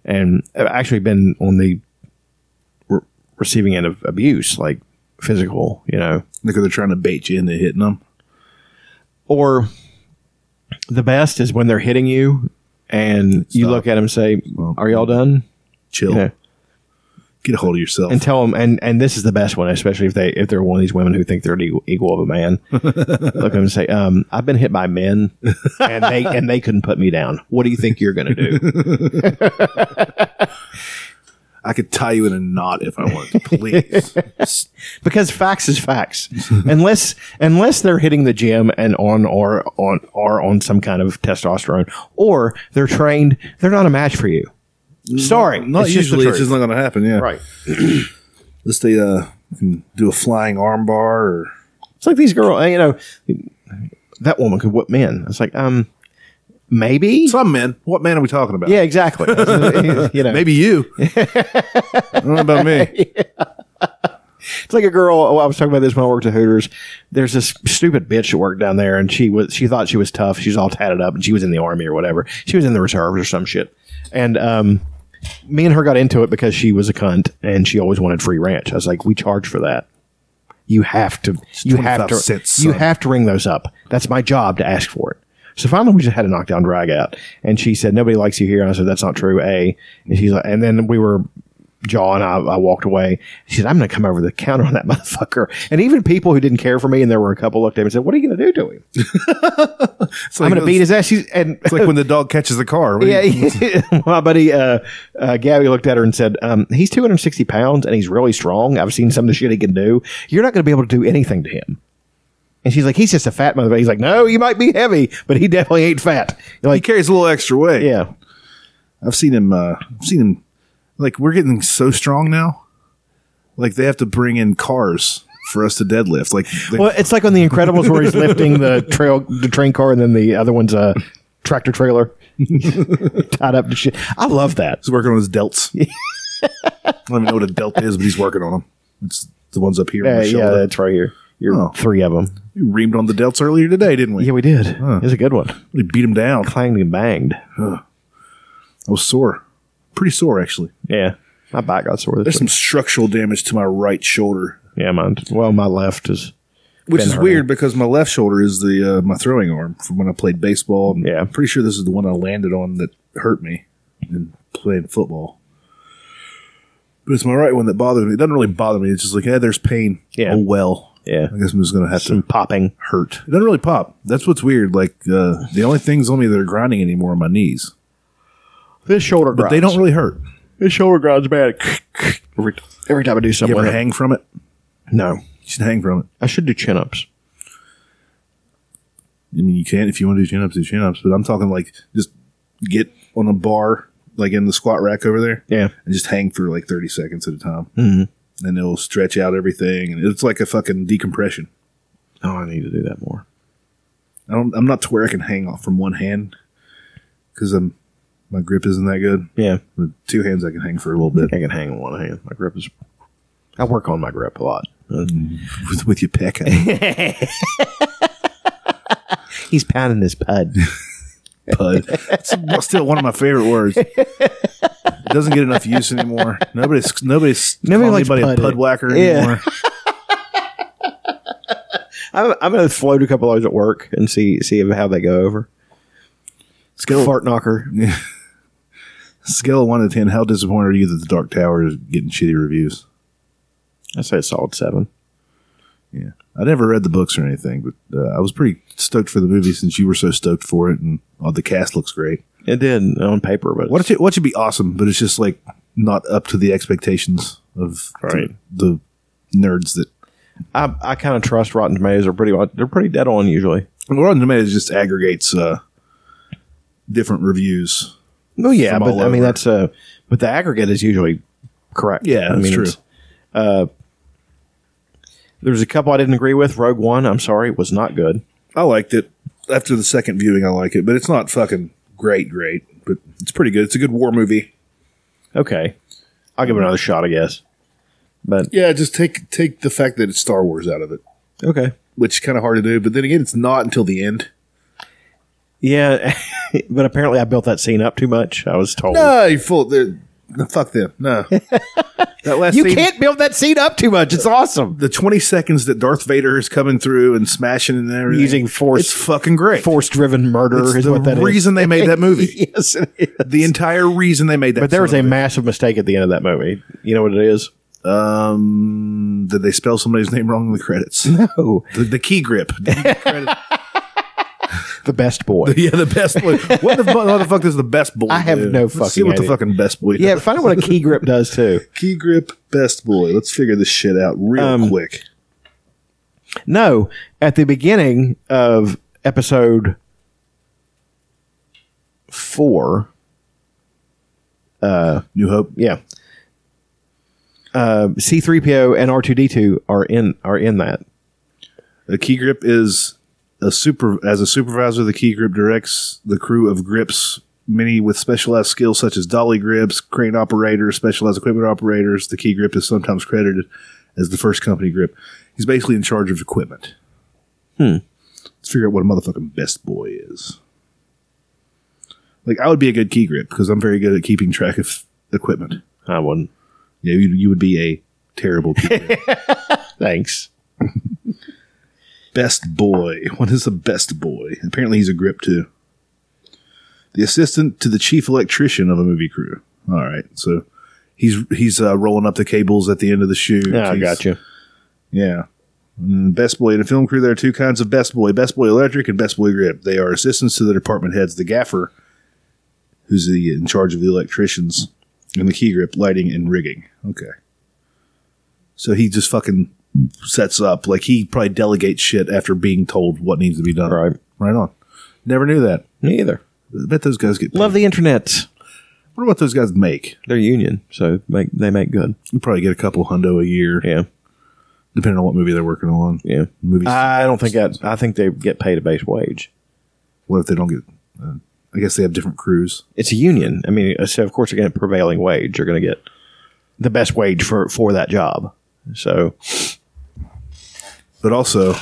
S3: and I've actually been on the re- receiving end of abuse, like physical, you know,
S2: Like they're trying to bait you into hitting them.
S3: or the best is when they're hitting you and you
S2: Stop.
S3: look at them and say,
S2: Stop.
S3: "Are y'all done?"
S2: Chill.
S3: You know,
S2: Get a hold of yourself.
S3: and tell them and and this is the best one especially if they if they're one of these women who think they're the equal, equal of a man look at 'em and say um i've been hit by men and they and they couldn't put me down what do you think you're gonna do
S2: I could tie you in a knot if I wanted to, please. S-
S3: because facts is facts unless unless they're hitting the gym and on or on or on some kind of testosterone or they're trained they're not a match for you sorry
S2: not
S3: it's just the
S2: usually. It's
S3: truth.
S2: just not going to happen, yeah.
S3: right
S2: Unless they uh, can do a flying armbar or.
S3: It's like these girls, you know, that woman could whip men. It's like, um, maybe.
S2: Some men. What man are we talking about?
S3: yeah, exactly. you know,
S2: Maybe you. I don't know about me.
S3: it's like a girl. Oh, I was talking about this when I worked at Hooters. There's this stupid bitch that worked down there, and she was she thought she was tough. She was all tatted up, and she was in the army or whatever. She was in the reserves or some shit. And um, me and her got into it because she was a cunt and she always wanted free ranch. I was like, we charge for that. You have to. You
S2: 25
S3: have to.
S2: cents,
S3: you
S2: son.
S3: have to ring those up. That's my job to ask for it. So finally, we just had a knockdown drag out, and she said, "Nobody likes you here." And I said, "That's not true." A, and she's like, and then we were jawing. I, I walked away. She said, "I'm going to come over the counter on that motherfucker." And even people who didn't care for me, and there were a couple, looked at me and said, "What are you going to do to him?
S2: It's
S3: I'm
S2: like-
S3: going to beat his ass." She's, and
S2: It's like when the dog catches the car. What do you-
S3: yeah, my buddy uh, uh, Gabby looked at her and said, um, "He's 260 pounds and he's really strong. I've seen some of the shit he can do. You're not going to be able to do anything to him." And she's like, "He's just a fat motherfucker." He's like, "No, you might be heavy, but he definitely ain't fat." You're
S2: He
S3: like,
S2: carries a little extra weight.
S3: "Yeah,
S2: I've seen him. Uh, I've seen him. Like we're getting so strong now. Like they have to bring in cars for us to deadlift. Like they,
S3: well, it's like on The Incredibles where he's lifting the trail, the train car, and then the other one's a tractor trailer tied up to shit." I love that.
S2: he's working on his delts. I don't even know what a delt is, but he's working on them. It's the ones up here. on
S3: Yeah,
S2: the
S3: yeah,
S2: shoulder.
S3: that's right here. You're
S2: Oh.
S3: three of them.
S2: we reamed on the delts earlier today, didn't we?
S3: Yeah, we did. It was a good one.
S2: we beat him down.
S3: Clanged and banged.
S2: I was sore, pretty sore actually.
S3: Yeah, my back got sore.
S2: There's
S3: This
S2: some structural damage to my right shoulder,
S3: Yeah, mine. Well, my left is.
S2: which
S3: Been
S2: is
S3: hurting.
S2: weird because my left shoulder is the uh, my throwing arm from when I played baseball. And
S3: Yeah.
S2: I'm pretty sure this is the one I landed on that hurt me in playing football. But it's my right one that bothered me. It doesn't really bother me. It's just like, hey, there's pain.
S3: Yeah.
S2: Oh well.
S3: Yeah.
S2: I guess I'm just gonna have
S3: Some
S2: to
S3: popping.
S2: hurt. It doesn't really pop. That's what's weird. Like uh, the only things on me that are grinding anymore are my knees,
S3: This shoulder,
S2: but they don't really hurt.
S3: His shoulder grind's bad. Every, every time I do
S2: You
S3: something.
S2: ever
S3: with it.
S2: hang from it?
S3: No.
S2: You should hang from it.
S3: I should do chin ups.
S2: I mean, you can if you want to do chin ups, do chin ups. But I'm talking like just get on a bar, like in the squat rack over there,
S3: Yeah.
S2: and just hang for like 30 seconds at a time, mm-hmm. and it'll stretch out everything, and it's like a fucking decompression.
S3: Oh, I need to do that more.
S2: I don't. I'm not to where I can hang off from one hand because I'm my grip isn't that good.
S3: Yeah.
S2: With two hands, I can hang for a little bit
S3: I can hang on one hand. My grip is. I work on my grip a lot.
S2: with, with your pec. out.
S3: He's pounding his pud.
S2: Pud. It's still one of my favorite words. It doesn't get enough use anymore. Nobody's nobody's
S3: Nobody
S2: calling
S3: likes
S2: anybody a
S3: pud.
S2: pud whacker
S3: Yeah.
S2: anymore.
S3: I'm, I'm going to float a couple hours at work and see see if- how they go over. Skill fart knocker.
S2: Scale of one to ten, how disappointed are you that the Dark Tower is getting shitty reviews?
S3: I say a solid seven.
S2: Yeah, I never read the books or anything, but uh, I was pretty stoked for the movie since you were so stoked for it, and oh, the cast looks great.
S3: It did on paper, but
S2: What should what should be awesome, but it's just like not up to the expectations of
S3: Right.
S2: the, the nerds that.
S3: I, I kind of trust Rotten Tomatoes are pretty they're pretty dead on usually.
S2: Rotten Tomatoes just aggregates uh, different reviews.
S3: No, yeah,
S2: From
S3: but
S2: all
S3: I
S2: over.
S3: mean that's a but the aggregate is usually correct.
S2: Yeah,
S3: I
S2: that's
S3: mean,
S2: true.
S3: it's, Uh, there was a couple I didn't agree with. Rogue One, I'm sorry, was not good.
S2: I liked it after the second viewing. I like it, but it's not fucking great, great. But it's pretty good. It's a good war movie.
S3: Okay, I'll give it another shot, I guess. But
S2: Yeah, just take take the fact that it's Star Wars out of it,
S3: okay,
S2: which is kind of hard to do. But then again, it's not until the end.
S3: yeah, but apparently I built that scene up too much. I was told
S2: No, Ah, you fool. they're- No, fuck them. No, that last
S3: you
S2: scene,
S3: can't build that scene up too much. It's awesome.
S2: The twenty seconds that Darth Vader is coming through and smashing and everything,
S3: Using force-
S2: it's fucking great.
S3: Force driven murder
S2: It's
S3: is
S2: the
S3: what that is.
S2: reason they made that movie.
S3: yes, it is.
S2: the entire reason they made that.
S3: But there was a
S2: son of
S3: massive mistake at the end of that movie. You know what it is?
S2: um. Did they spell somebody's name wrong in the credits?
S3: Oh,
S2: the, the key grip.
S3: the best boy.
S2: yeah, the best boy. What the, fu- what the fuck is the best boy?
S3: I have
S2: do?
S3: no
S2: Let's see
S3: fucking
S2: what the
S3: idea.
S2: fucking best boy.
S3: yeah,
S2: does.
S3: find out what a key grip does too.
S2: Key grip, best boy. Let's figure this shit out real
S3: Um,
S2: quick.
S3: No, at the beginning of episode four,
S2: New Hope.
S3: yeah, uh, C three PO and R two D two are in are in that.
S2: A key grip is a super as a supervisor. The key grip directs the crew of grips, many with specialized skills such as dolly grips, crane operators, specialized equipment operators. The key grip is sometimes credited as the first company grip. He's basically in charge of equipment. Hmm. Let's figure out what a motherfucking best boy is. Like I would be a good key grip because I'm very good at keeping track of equipment.
S3: I wouldn't.
S2: Yeah, you, you would be a terrible key grip.
S3: Thanks.
S2: Best boy. What is the best boy? Apparently, he's a grip too. The assistant to the chief electrician of a movie crew. All right, so he's he's uh, rolling up the cables at the end of the shoot.
S3: Yeah, I
S2: He's-
S3: got you.
S2: Yeah. And best boy in a film crew. There are two kinds of best boy: best boy electric and best boy grip. They are assistants to the department heads. The gaffer, who's the in charge of the electricians, and the key grip, lighting and rigging. Okay. So he just fucking sets up like he probably delegates shit after being told what needs to be done.
S3: Right.
S2: Right on. Never knew that.
S3: Me either.
S2: I bet those guys get.
S3: Love the internet.
S2: I wonder what those guys make.
S3: They're union, so make they make good.
S2: You probably get a couple hundo a year,
S3: Yeah,
S2: depending on what movie they're working on.
S3: yeah.
S2: Movies.
S3: I don't think that. I think they get paid a base wage.
S2: what if they don't get? Uh, I guess they have different crews.
S3: it's a union. I mean, so of course they're going to get prevailing wage. You're going to get the best wage for for that job. So
S2: but also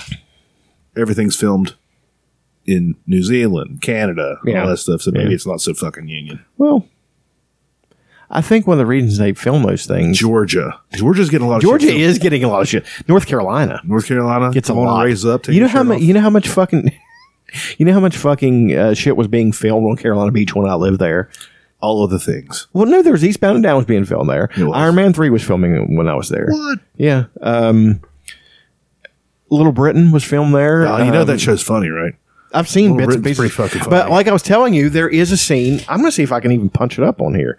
S2: everything's filmed in New Zealand, Canada,
S3: Yeah.
S2: all that stuff. So maybe
S3: Yeah.
S2: it's not so fucking union.
S3: well, I think one of the reasons they film those things.
S2: Georgia, Georgia's getting a lot. of
S3: Georgia
S2: shit filmed.
S3: is getting a lot of shit. North Carolina
S2: North Carolina
S3: gets a
S2: wanna
S3: lot.
S2: Raise up. take
S3: you know
S2: your
S3: how
S2: shirt
S3: much?
S2: off.
S3: You know how much fucking. You know how much fucking uh, shit was being filmed on Carolina Beach when I lived there.
S2: all of the things.
S3: Well, no, there was Eastbound and Down was being filmed there.
S2: It was.
S3: Iron Man Three was filming when I was there.
S2: What?
S3: Yeah. Um, Little Britain was filmed there.
S2: Uh, you know
S3: Um,
S2: that show's funny, right?
S3: I've seen
S2: Little
S3: bits and
S2: Britain's
S3: pieces.
S2: pretty fucking
S3: But
S2: funny.
S3: like I was telling you, there is a scene. I'm going to see if I can even punch it up on here.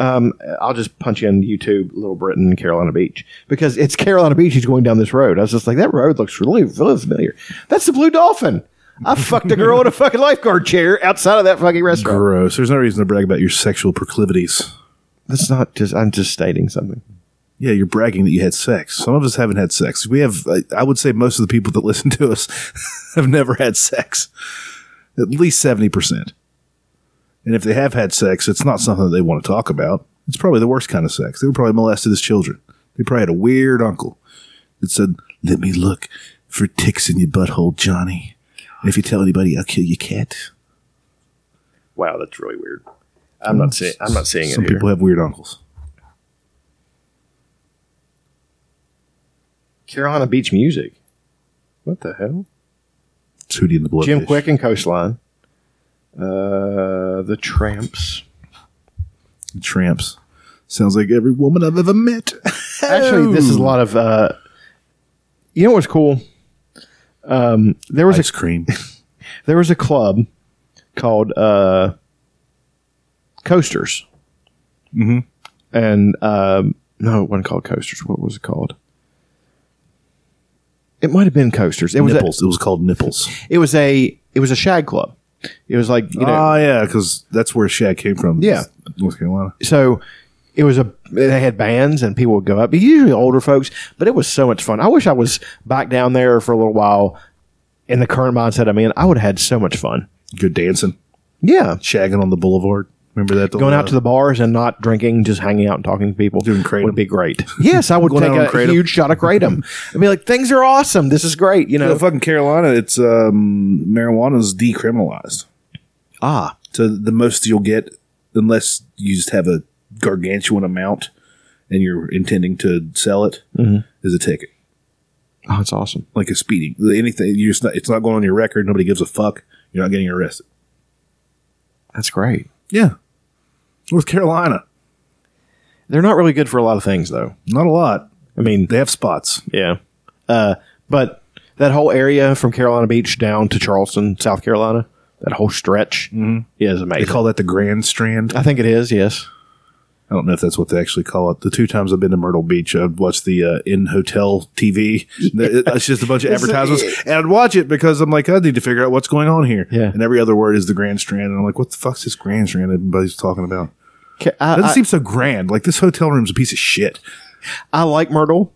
S3: Um, I'll just punch in YouTube Little Britain, Carolina Beach, because it's Carolina Beach. He's going down this road. I was just like, that road looks really, really familiar. That's the Blue Dolphin. I fucked a girl in a fucking lifeguard chair outside of that fucking restaurant.
S2: Gross. There's no reason to brag about your sexual proclivities.
S3: That's not just. I'm just stating something.
S2: Yeah, you're bragging that you had sex. Some of us haven't had sex. We have, I- I would say most of the people that listen to us have never had sex. At least 70%. And if they have had sex, it's not something that they want to talk about. It's probably the worst kind of sex. They were probably molested as children. They probably had a weird uncle that said, Let me look for ticks in your butthole, Johnny. And if you tell anybody, I'll kill your cat.
S3: Wow, that's really weird. I'm not seeing. I'm not seeing
S2: Some
S3: it here.
S2: people have weird uncles.
S3: Carolina Beach music. What the hell?
S2: It's Hootie and the Blowfish.
S3: Jim Quick and Coastline. Uh, the Tramps.
S2: Tramps. Sounds like every woman I've ever met.
S3: Actually, this is a lot of. Uh, you know what's cool? Um, there was a
S2: Ice cream.
S3: there was a club called uh, Coasters, mm-hmm. and um, no, it wasn't called Coasters. What was it called? It might have been Coasters. It was a,
S2: nipples. it was called nipples.
S3: it was a it was a shag club. It was like you know
S2: oh yeah, because that's where Shaq came from.
S3: Yeah.
S2: North Carolina.
S3: so it was a they had bands and people would go up usually older folks but it was so much fun i wish i was back down there for a little while in the current mindset i'm in i would have had so much fun
S2: Good dancing,
S3: yeah
S2: shagging on the boulevard. Remember that?
S3: going out to the bars and not drinking just hanging out and talking to people
S2: Doing kratom.
S3: would be great yes i would
S2: Going
S3: take
S2: out on
S3: a
S2: kratom.
S3: huge shot of kratom i'd be like things are awesome this is great you know
S2: fucking Carolina. It's um, marijuana's decriminalized.
S3: ah
S2: So the most you'll get, unless you just have a gargantuan amount and you're intending to sell it, is
S3: Mm-hmm.
S2: a ticket,
S3: oh that's awesome
S2: like a speeding. Anything you're just not, it's not going on your record. Nobody gives a fuck. You're not getting arrested.
S3: that's great
S2: Yeah, North Carolina.
S3: they're not really good for a lot of things though
S2: Not a lot.
S3: i mean
S2: They have spots.
S3: Yeah. Uh, but that whole area from Carolina Beach down to Charleston, South Carolina, that whole stretch
S2: Mm-hmm.
S3: is
S2: They
S3: amazing.
S2: call that the Grand Strand.
S3: I think it is, yes.
S2: I don't know if that's what they actually call it. The two times I've been to Myrtle Beach, I've watched the uh, in hotel TV. The- It's just a bunch of advertisements, and I'd watch it because I'm like, I need to figure out what's going on here.
S3: Yeah.
S2: And every other word is the Grand Strand, and I'm like, what the fuck's this Grand Strand everybody's talking about?
S3: Ca- I,
S2: It doesn't
S3: I-
S2: seem so grand. Like this hotel room's a piece of shit.
S3: I like Myrtle,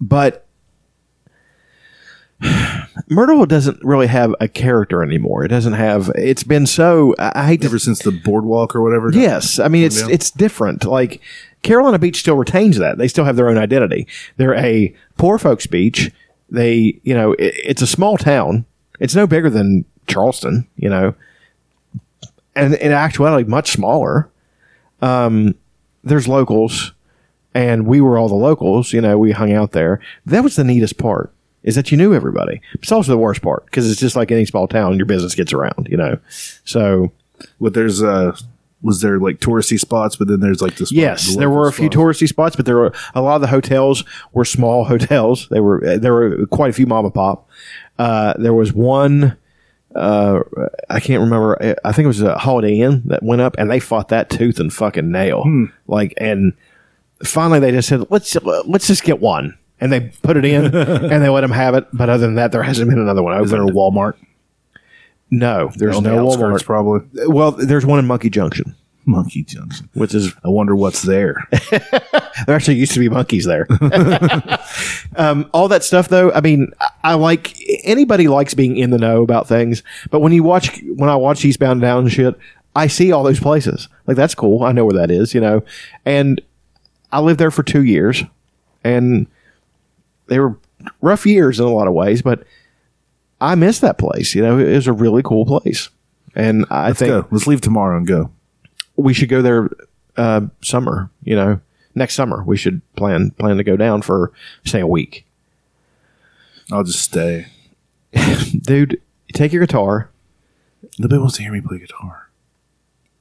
S3: but Myrtle doesn't really have a character anymore. It doesn't have. It's been so. I, I hate to
S2: Ever since the boardwalk or whatever.
S3: Yes, I mean it's
S2: down.
S3: it's different. Like Carolina Beach still retains that; they still have their own identity. They're a poor folks beach. They, you know, it, it's a small town. It's no bigger than Charleston, you know, and in actuality, much smaller. Um, there's locals, and we were all the locals. You know, we hung out there. That was the neatest part. Is that you knew everybody? It's also the worst part because it's just like any small town, your business gets around, you know. So
S2: But there's uh, was there like touristy spots, but then there's like this.
S3: Yes, there were a few touristy spots, but there were a lot of the hotels were small hotels. They were uh, there were quite a few mom and pop. Uh, there was one uh, I can't remember. eh, I- I think it was a Holiday Inn that went up, and they fought that tooth and fucking nail.
S2: Hmm.
S3: Like, and finally they just said, "Let's let's just get one," and they put it in, and they let them have it. But other than that, there hasn't been another one opened.
S2: Is there a Walmart?
S3: no, there's
S2: on the
S3: no
S2: outskirts,
S3: Walmart.
S2: probably.
S3: Well, there's one in Monkey Junction,
S2: Monkey Junction.
S3: which is
S2: I wonder what's there.
S3: There actually used to be monkeys there. um, all that stuff, though. I mean, I, I like anybody likes being in the know about things, but when you watch, when I watch Eastbound and Down and shit, I see all those places. Like that's cool. I know where that is, you know. And I lived there for two years, and they were rough years in a lot of ways, but I miss that place. You know, it was a really cool place, and I think
S2: go. Let's leave tomorrow and go.
S3: we should go there uh, summer. You know, next summer we should plan plan to go down for say a week,
S2: I'll just stay.
S3: dude. Take your guitar.
S2: Nobody wants to hear me play guitar.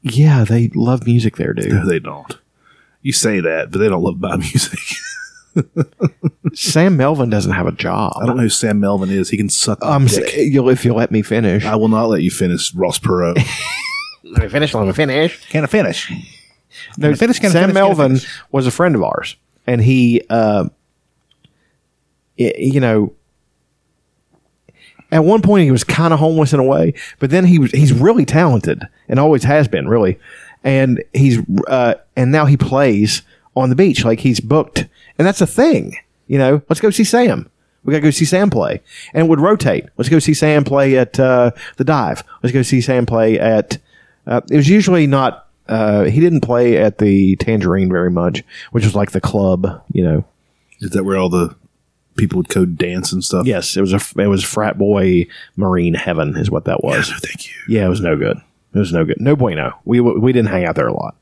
S3: Yeah, they love music there,
S2: No,
S3: dude.
S2: they don't. You say that, but they don't love my music.
S3: Sam Melvin doesn't have a job.
S2: I don't know who Sam Melvin is. He can suck. my
S3: Um,
S2: dick.
S3: you'll if you let me finish.
S2: I will not let you finish Ross Perot.
S3: Let me finish. Let me finish.
S2: Can I finish?
S3: No,
S2: finish, can I
S3: Sam
S2: finish, can I
S3: Melvin
S2: finish?
S3: was a friend of ours, and he, uh, y- you know, at one point he was kind of homeless in a way, but then he was he's really talented and always has been really, and he's uh, and now he plays on the beach like he's booked, and that's a thing. You know, let's go see Sam. We gotta go see Sam play, and it would rotate. Let's go see Sam play at uh, the dive. Let's go see Sam play at. Uh, it was usually not. Uh, he didn't play at the Tangerine very much, which was like the club, you know.
S2: Is that where all the people would code dance and stuff?
S3: Yes, it was a it was frat boy marine heaven is what that was.
S2: No, Oh, thank you.
S3: Yeah, it was no good. It was no good. No bueno. We we didn't hang out there a lot.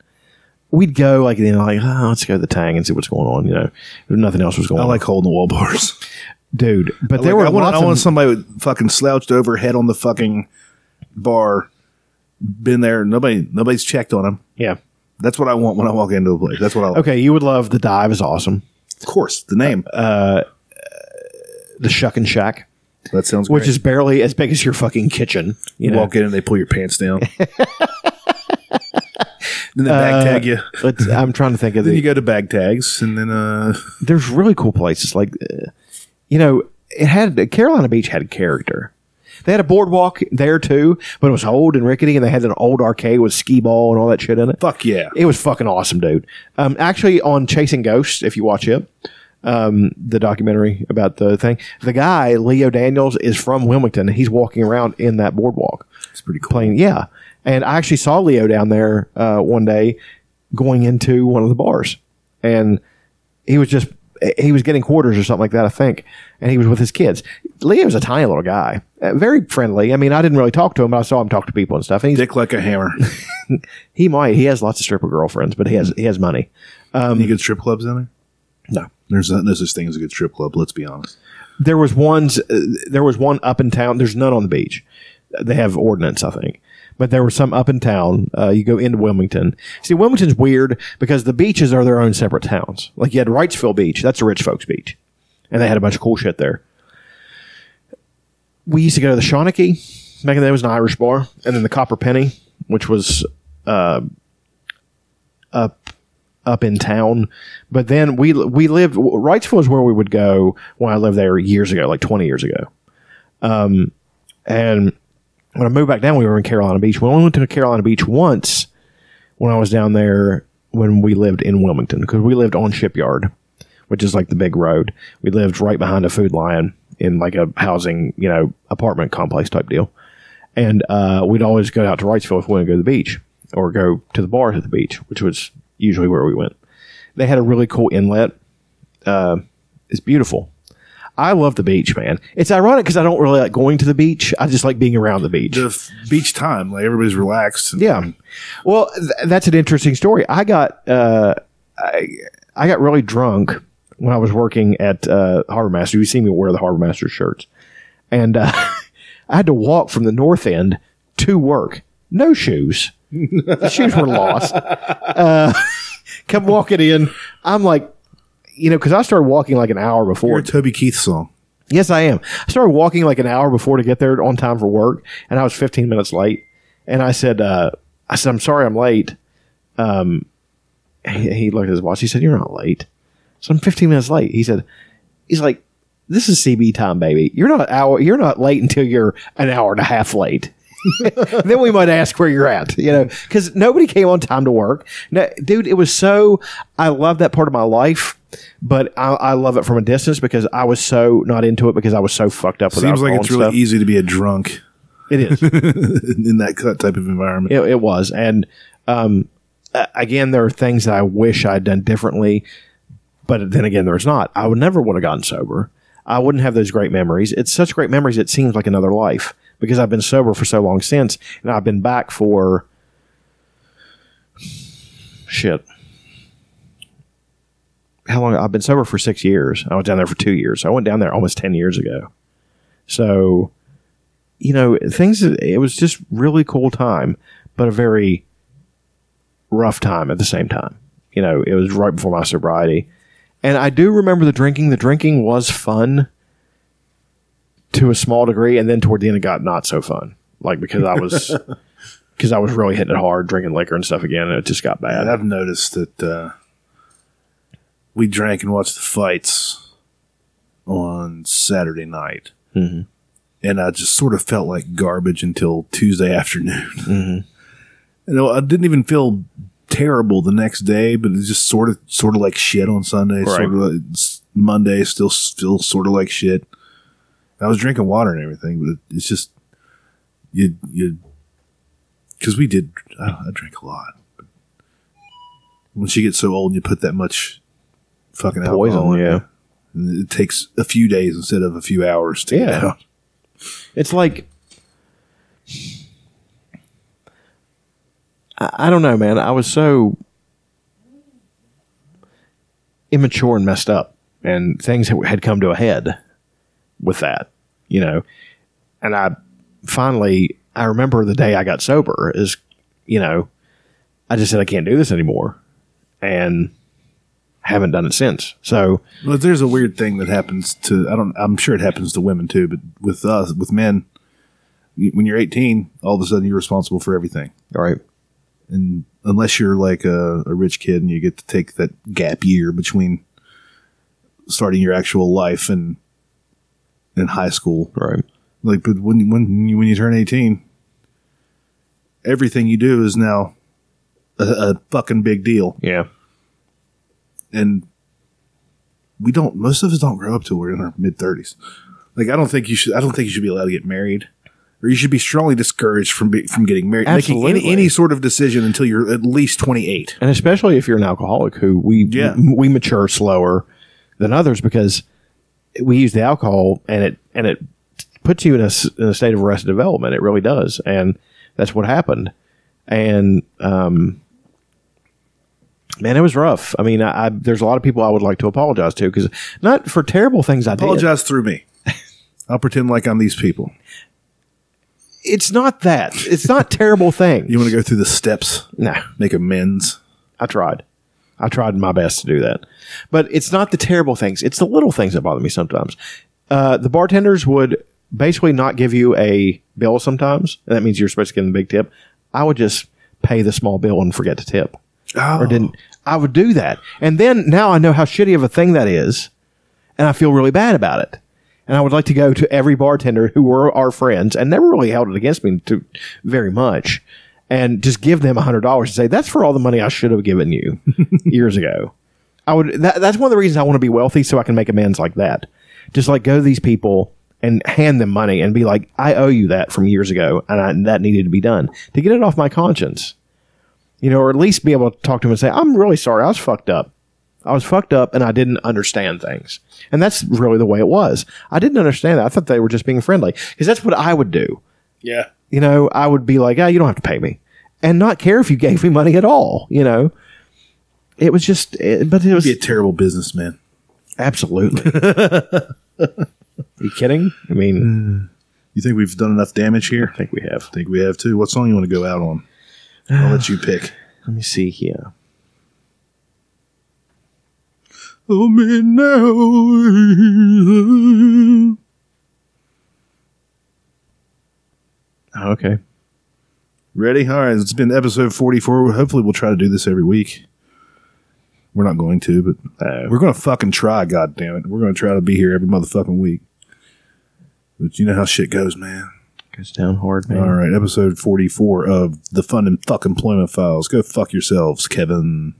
S3: We'd go like you know like oh, let's go to the Tang and see what's going on. You know, nothing else was going.
S2: I
S3: on.
S2: like hole in the wall bars.
S3: dude, but
S2: Like,
S3: there were
S2: I want,
S3: lots
S2: I want
S3: of
S2: somebody with fucking slouched over, head on the fucking bar, been there. Nobody, nobody's checked on him.
S3: yeah.
S2: That's what I want when I walk into a place. That's what I like.
S3: Okay, Uh, you would love the dive is awesome.
S2: Of course, the name.
S3: The Shuck and Shack,
S2: that sounds
S3: which
S2: great.
S3: is barely as big as your fucking kitchen. You
S2: you
S3: know,
S2: walk in and they pull your pants down. then they bag tag
S3: Uh,
S2: you.
S3: Let's- I'm trying to think of
S2: Then
S3: the
S2: you go to bag tags, and then uh,
S3: there's really cool places like uh, you know it had carolina beach had character they had a boardwalk there too but it was old and rickety and they had an old arcade with skee ball and all that shit in it
S2: fuck yeah,
S3: it was fucking awesome dude um, actually on chasing ghosts if you watch it um, the documentary about the thing the guy leo daniels is from wilmington and he's walking around in that boardwalk
S2: it's pretty cool.
S3: playing yeah and i actually saw leo down there uh, one day going into one of the bars and he was just he was getting quarters or something like that i think and he was with his kids leo's a tiny little guy uh, very friendly i mean i didn't really talk to him but i saw him talk to people and stuff and he's,
S2: Dick like a hammer.
S3: he might he has lots of stripper girlfriends but he has he has money
S2: Any good strip clubs down there?
S3: no
S2: There's no such thing as a good strip club. Let's be honest.
S3: there was ones uh, there was one up in town there's none on the beach they have ordinance i think but there was some up in town uh, you go into wilmington see wilmington's weird because the beaches are their own separate towns like you had wrightsville beach that's a rich folks beach and they had a bunch of cool shit there we used to go to the shawnee back in there was an irish bar and then the copper penny which was up in town. But then we we lived Wrightsville is where we would go when I lived there years ago, like twenty years ago. Um, and when I moved back down, we were in Carolina Beach. We only went to Carolina Beach once when I was down there when we lived in Wilmington because we lived on Shipyard, which is like the big road. We lived right behind a Food Lion in like a housing, you know, apartment complex type deal. And uh, we'd always go out to Wrightsville if we wanted to go to the beach or go to the bars at the beach, which was usually where we went. They had a really cool inlet. Uh, it's beautiful. I love the beach, man. It's ironic because I don't really like going to the beach. I just like being around the beach.
S2: The f- beach time, like everybody's relaxed. and-
S3: Yeah. Well, th- that's an interesting story. I got uh, I, I got really drunk when I was working at uh, Harbor Master. You see me wear the Harbor Master shirts, and uh, I had to walk from the north end to work, no shoes. the shoes were lost. Uh, come walking in, I'm like, you know, because I started walking like an hour
S2: Or
S3: before.
S2: a Toby Keith song.
S3: Yes, I am. I started walking like an hour before to get there on time for work, and I was 15 minutes late. And I said, uh, I said, I'm sorry, I'm late. Um, he, he looked at his watch. He said, You're not late. So I'm 15 minutes late. He said, He's like, This is CB time, baby. You're not hour. You're not late until you're an hour and a half late. then we might ask where you're at, you know, because nobody came on time to work. No, dude, it was so. I love that part of my life, but I, I love it from a distance because I was so not into it because I was so fucked up. With
S2: Seems like it's really
S3: alcohol and
S2: easy to be a drunk
S3: stuff. It is.
S2: in, in that cut type of environment.
S3: it, it was, and um, a- again, there are things that I wish I'd done differently, but then again, there's not. I would never would have gotten sober. I wouldn't have those great memories. It's such great memories. It seems like another life because I've been sober for so long since, and I've been back for shit. How long? I've been sober for six years. I was down there for two years. I went down there almost ten years ago. So, you know, things. It was just really cool time, but a very rough time at the same time. You know, it was right before my sobriety. And I do remember the drinking. The drinking was fun to a small degree, and then toward the end, it got not so fun. Like because I was because I was really hitting it hard, drinking liquor and stuff again, and it just got bad.
S2: And I've noticed that uh, we drank and watched the fights on Saturday night. And I just sort of felt like garbage until Tuesday afternoon. You know, I didn't even feel terrible the next day, but it's just sort of, sort of like shit on Sunday. Sort of like it's Monday, still, still sort of like shit. I was drinking water and everything, but it- it's just you, you, because we did. I, I drank a lot once you get so old and you put that much fucking alcohol
S3: Poison,
S2: in
S3: yeah.
S2: it, and it takes a few days instead of a few hours to get
S3: Yeah.
S2: out.
S3: It's like I, I don't know, man. I was so immature and messed up, and things had- had come to a head with that, you know. And I finally, I remember the day I got sober is, you know, I just said I can't do this anymore, and haven't done it since. So
S2: Well, there's a weird thing that happens to I don't I'm sure it happens to women too, but with us with men, you- when you're 18, all of a sudden you're responsible for everything,
S3: all right,
S2: and unless you're like a, a rich kid and you get to take that gap year between starting your actual life and in high school,
S3: all right,
S2: like but when when you, when you turn 18 everything you do is now a, a fucking big deal
S3: yeah,
S2: and we don't most of us don't grow up till we're in our mid 30s like i don't think you should i don't think you should be allowed to get married or you should be strongly discouraged from be, from getting married making
S3: Absolutely.
S2: any, any sort of decision until you're at least 28
S3: and especially if you're an alcoholic who we
S2: Yeah.
S3: m- we mature slower than others because we use the alcohol and it and it puts you in a, s- in a state of arrested development it really does and that's what happened and um man it was rough i mean I, I there's a lot of people i would like to apologize to because not for terrible things i did
S2: apologize through me i'll pretend like i'm these people
S3: it's not that it's not terrible things
S2: you want to go through the steps
S3: no
S2: make amends
S3: I tried. I tried my best to do that. But it's not the terrible things, it's the little things that bother me sometimes. Uh, the bartenders would basically not give you a bill sometimes. And that means you're supposed to give them a big tip. I would just pay the small bill and forget to tip. Or didn't. I would do that. And then now I know how shitty of a thing that is. And I feel really bad about it. And I would like to go to every bartender who were our friends and never really held it against me to very much and just give them $100 and say, that's for all the money I should have given you years ago. I would, that, that's one of the reasons I want to be wealthy so I can make amends like that. Just like go to these people and hand them money and be like, I owe you that from years ago and I, that needed to be done to get it off my conscience. You know, or at least be able to talk to them and say, I'm really sorry. I was fucked up. I was fucked up and I didn't understand things. And that's really the way it was. I didn't understand that. I thought they were just being friendly because that's what I would do.
S2: yeah
S3: You know, I would be like, oh, you don't have to pay me and not care if you gave me money at all. You know, it was just, it, but it was
S2: be a terrible businessman
S3: absolutely. you kidding? I
S2: Mm.
S3: mean,
S2: you think we've done enough damage here
S3: I think we have.
S2: think we have too. What song you want to go out on? I'll let you pick.
S3: Let me see here.
S2: Oh, midnight.
S3: Oh, okay.
S2: Ready? All right. It's been episode 44. Hopefully, we'll try to do this every week. We're not going to, but
S3: Oh.
S2: we're going to fucking try, God damn it. We're going to try to be here every motherfucking week. But you know how shit goes, man.
S3: Goes down hard, man.
S2: All right. Episode 44 of The Fun and Fuck Employment Files. Go fuck yourselves, Kevin.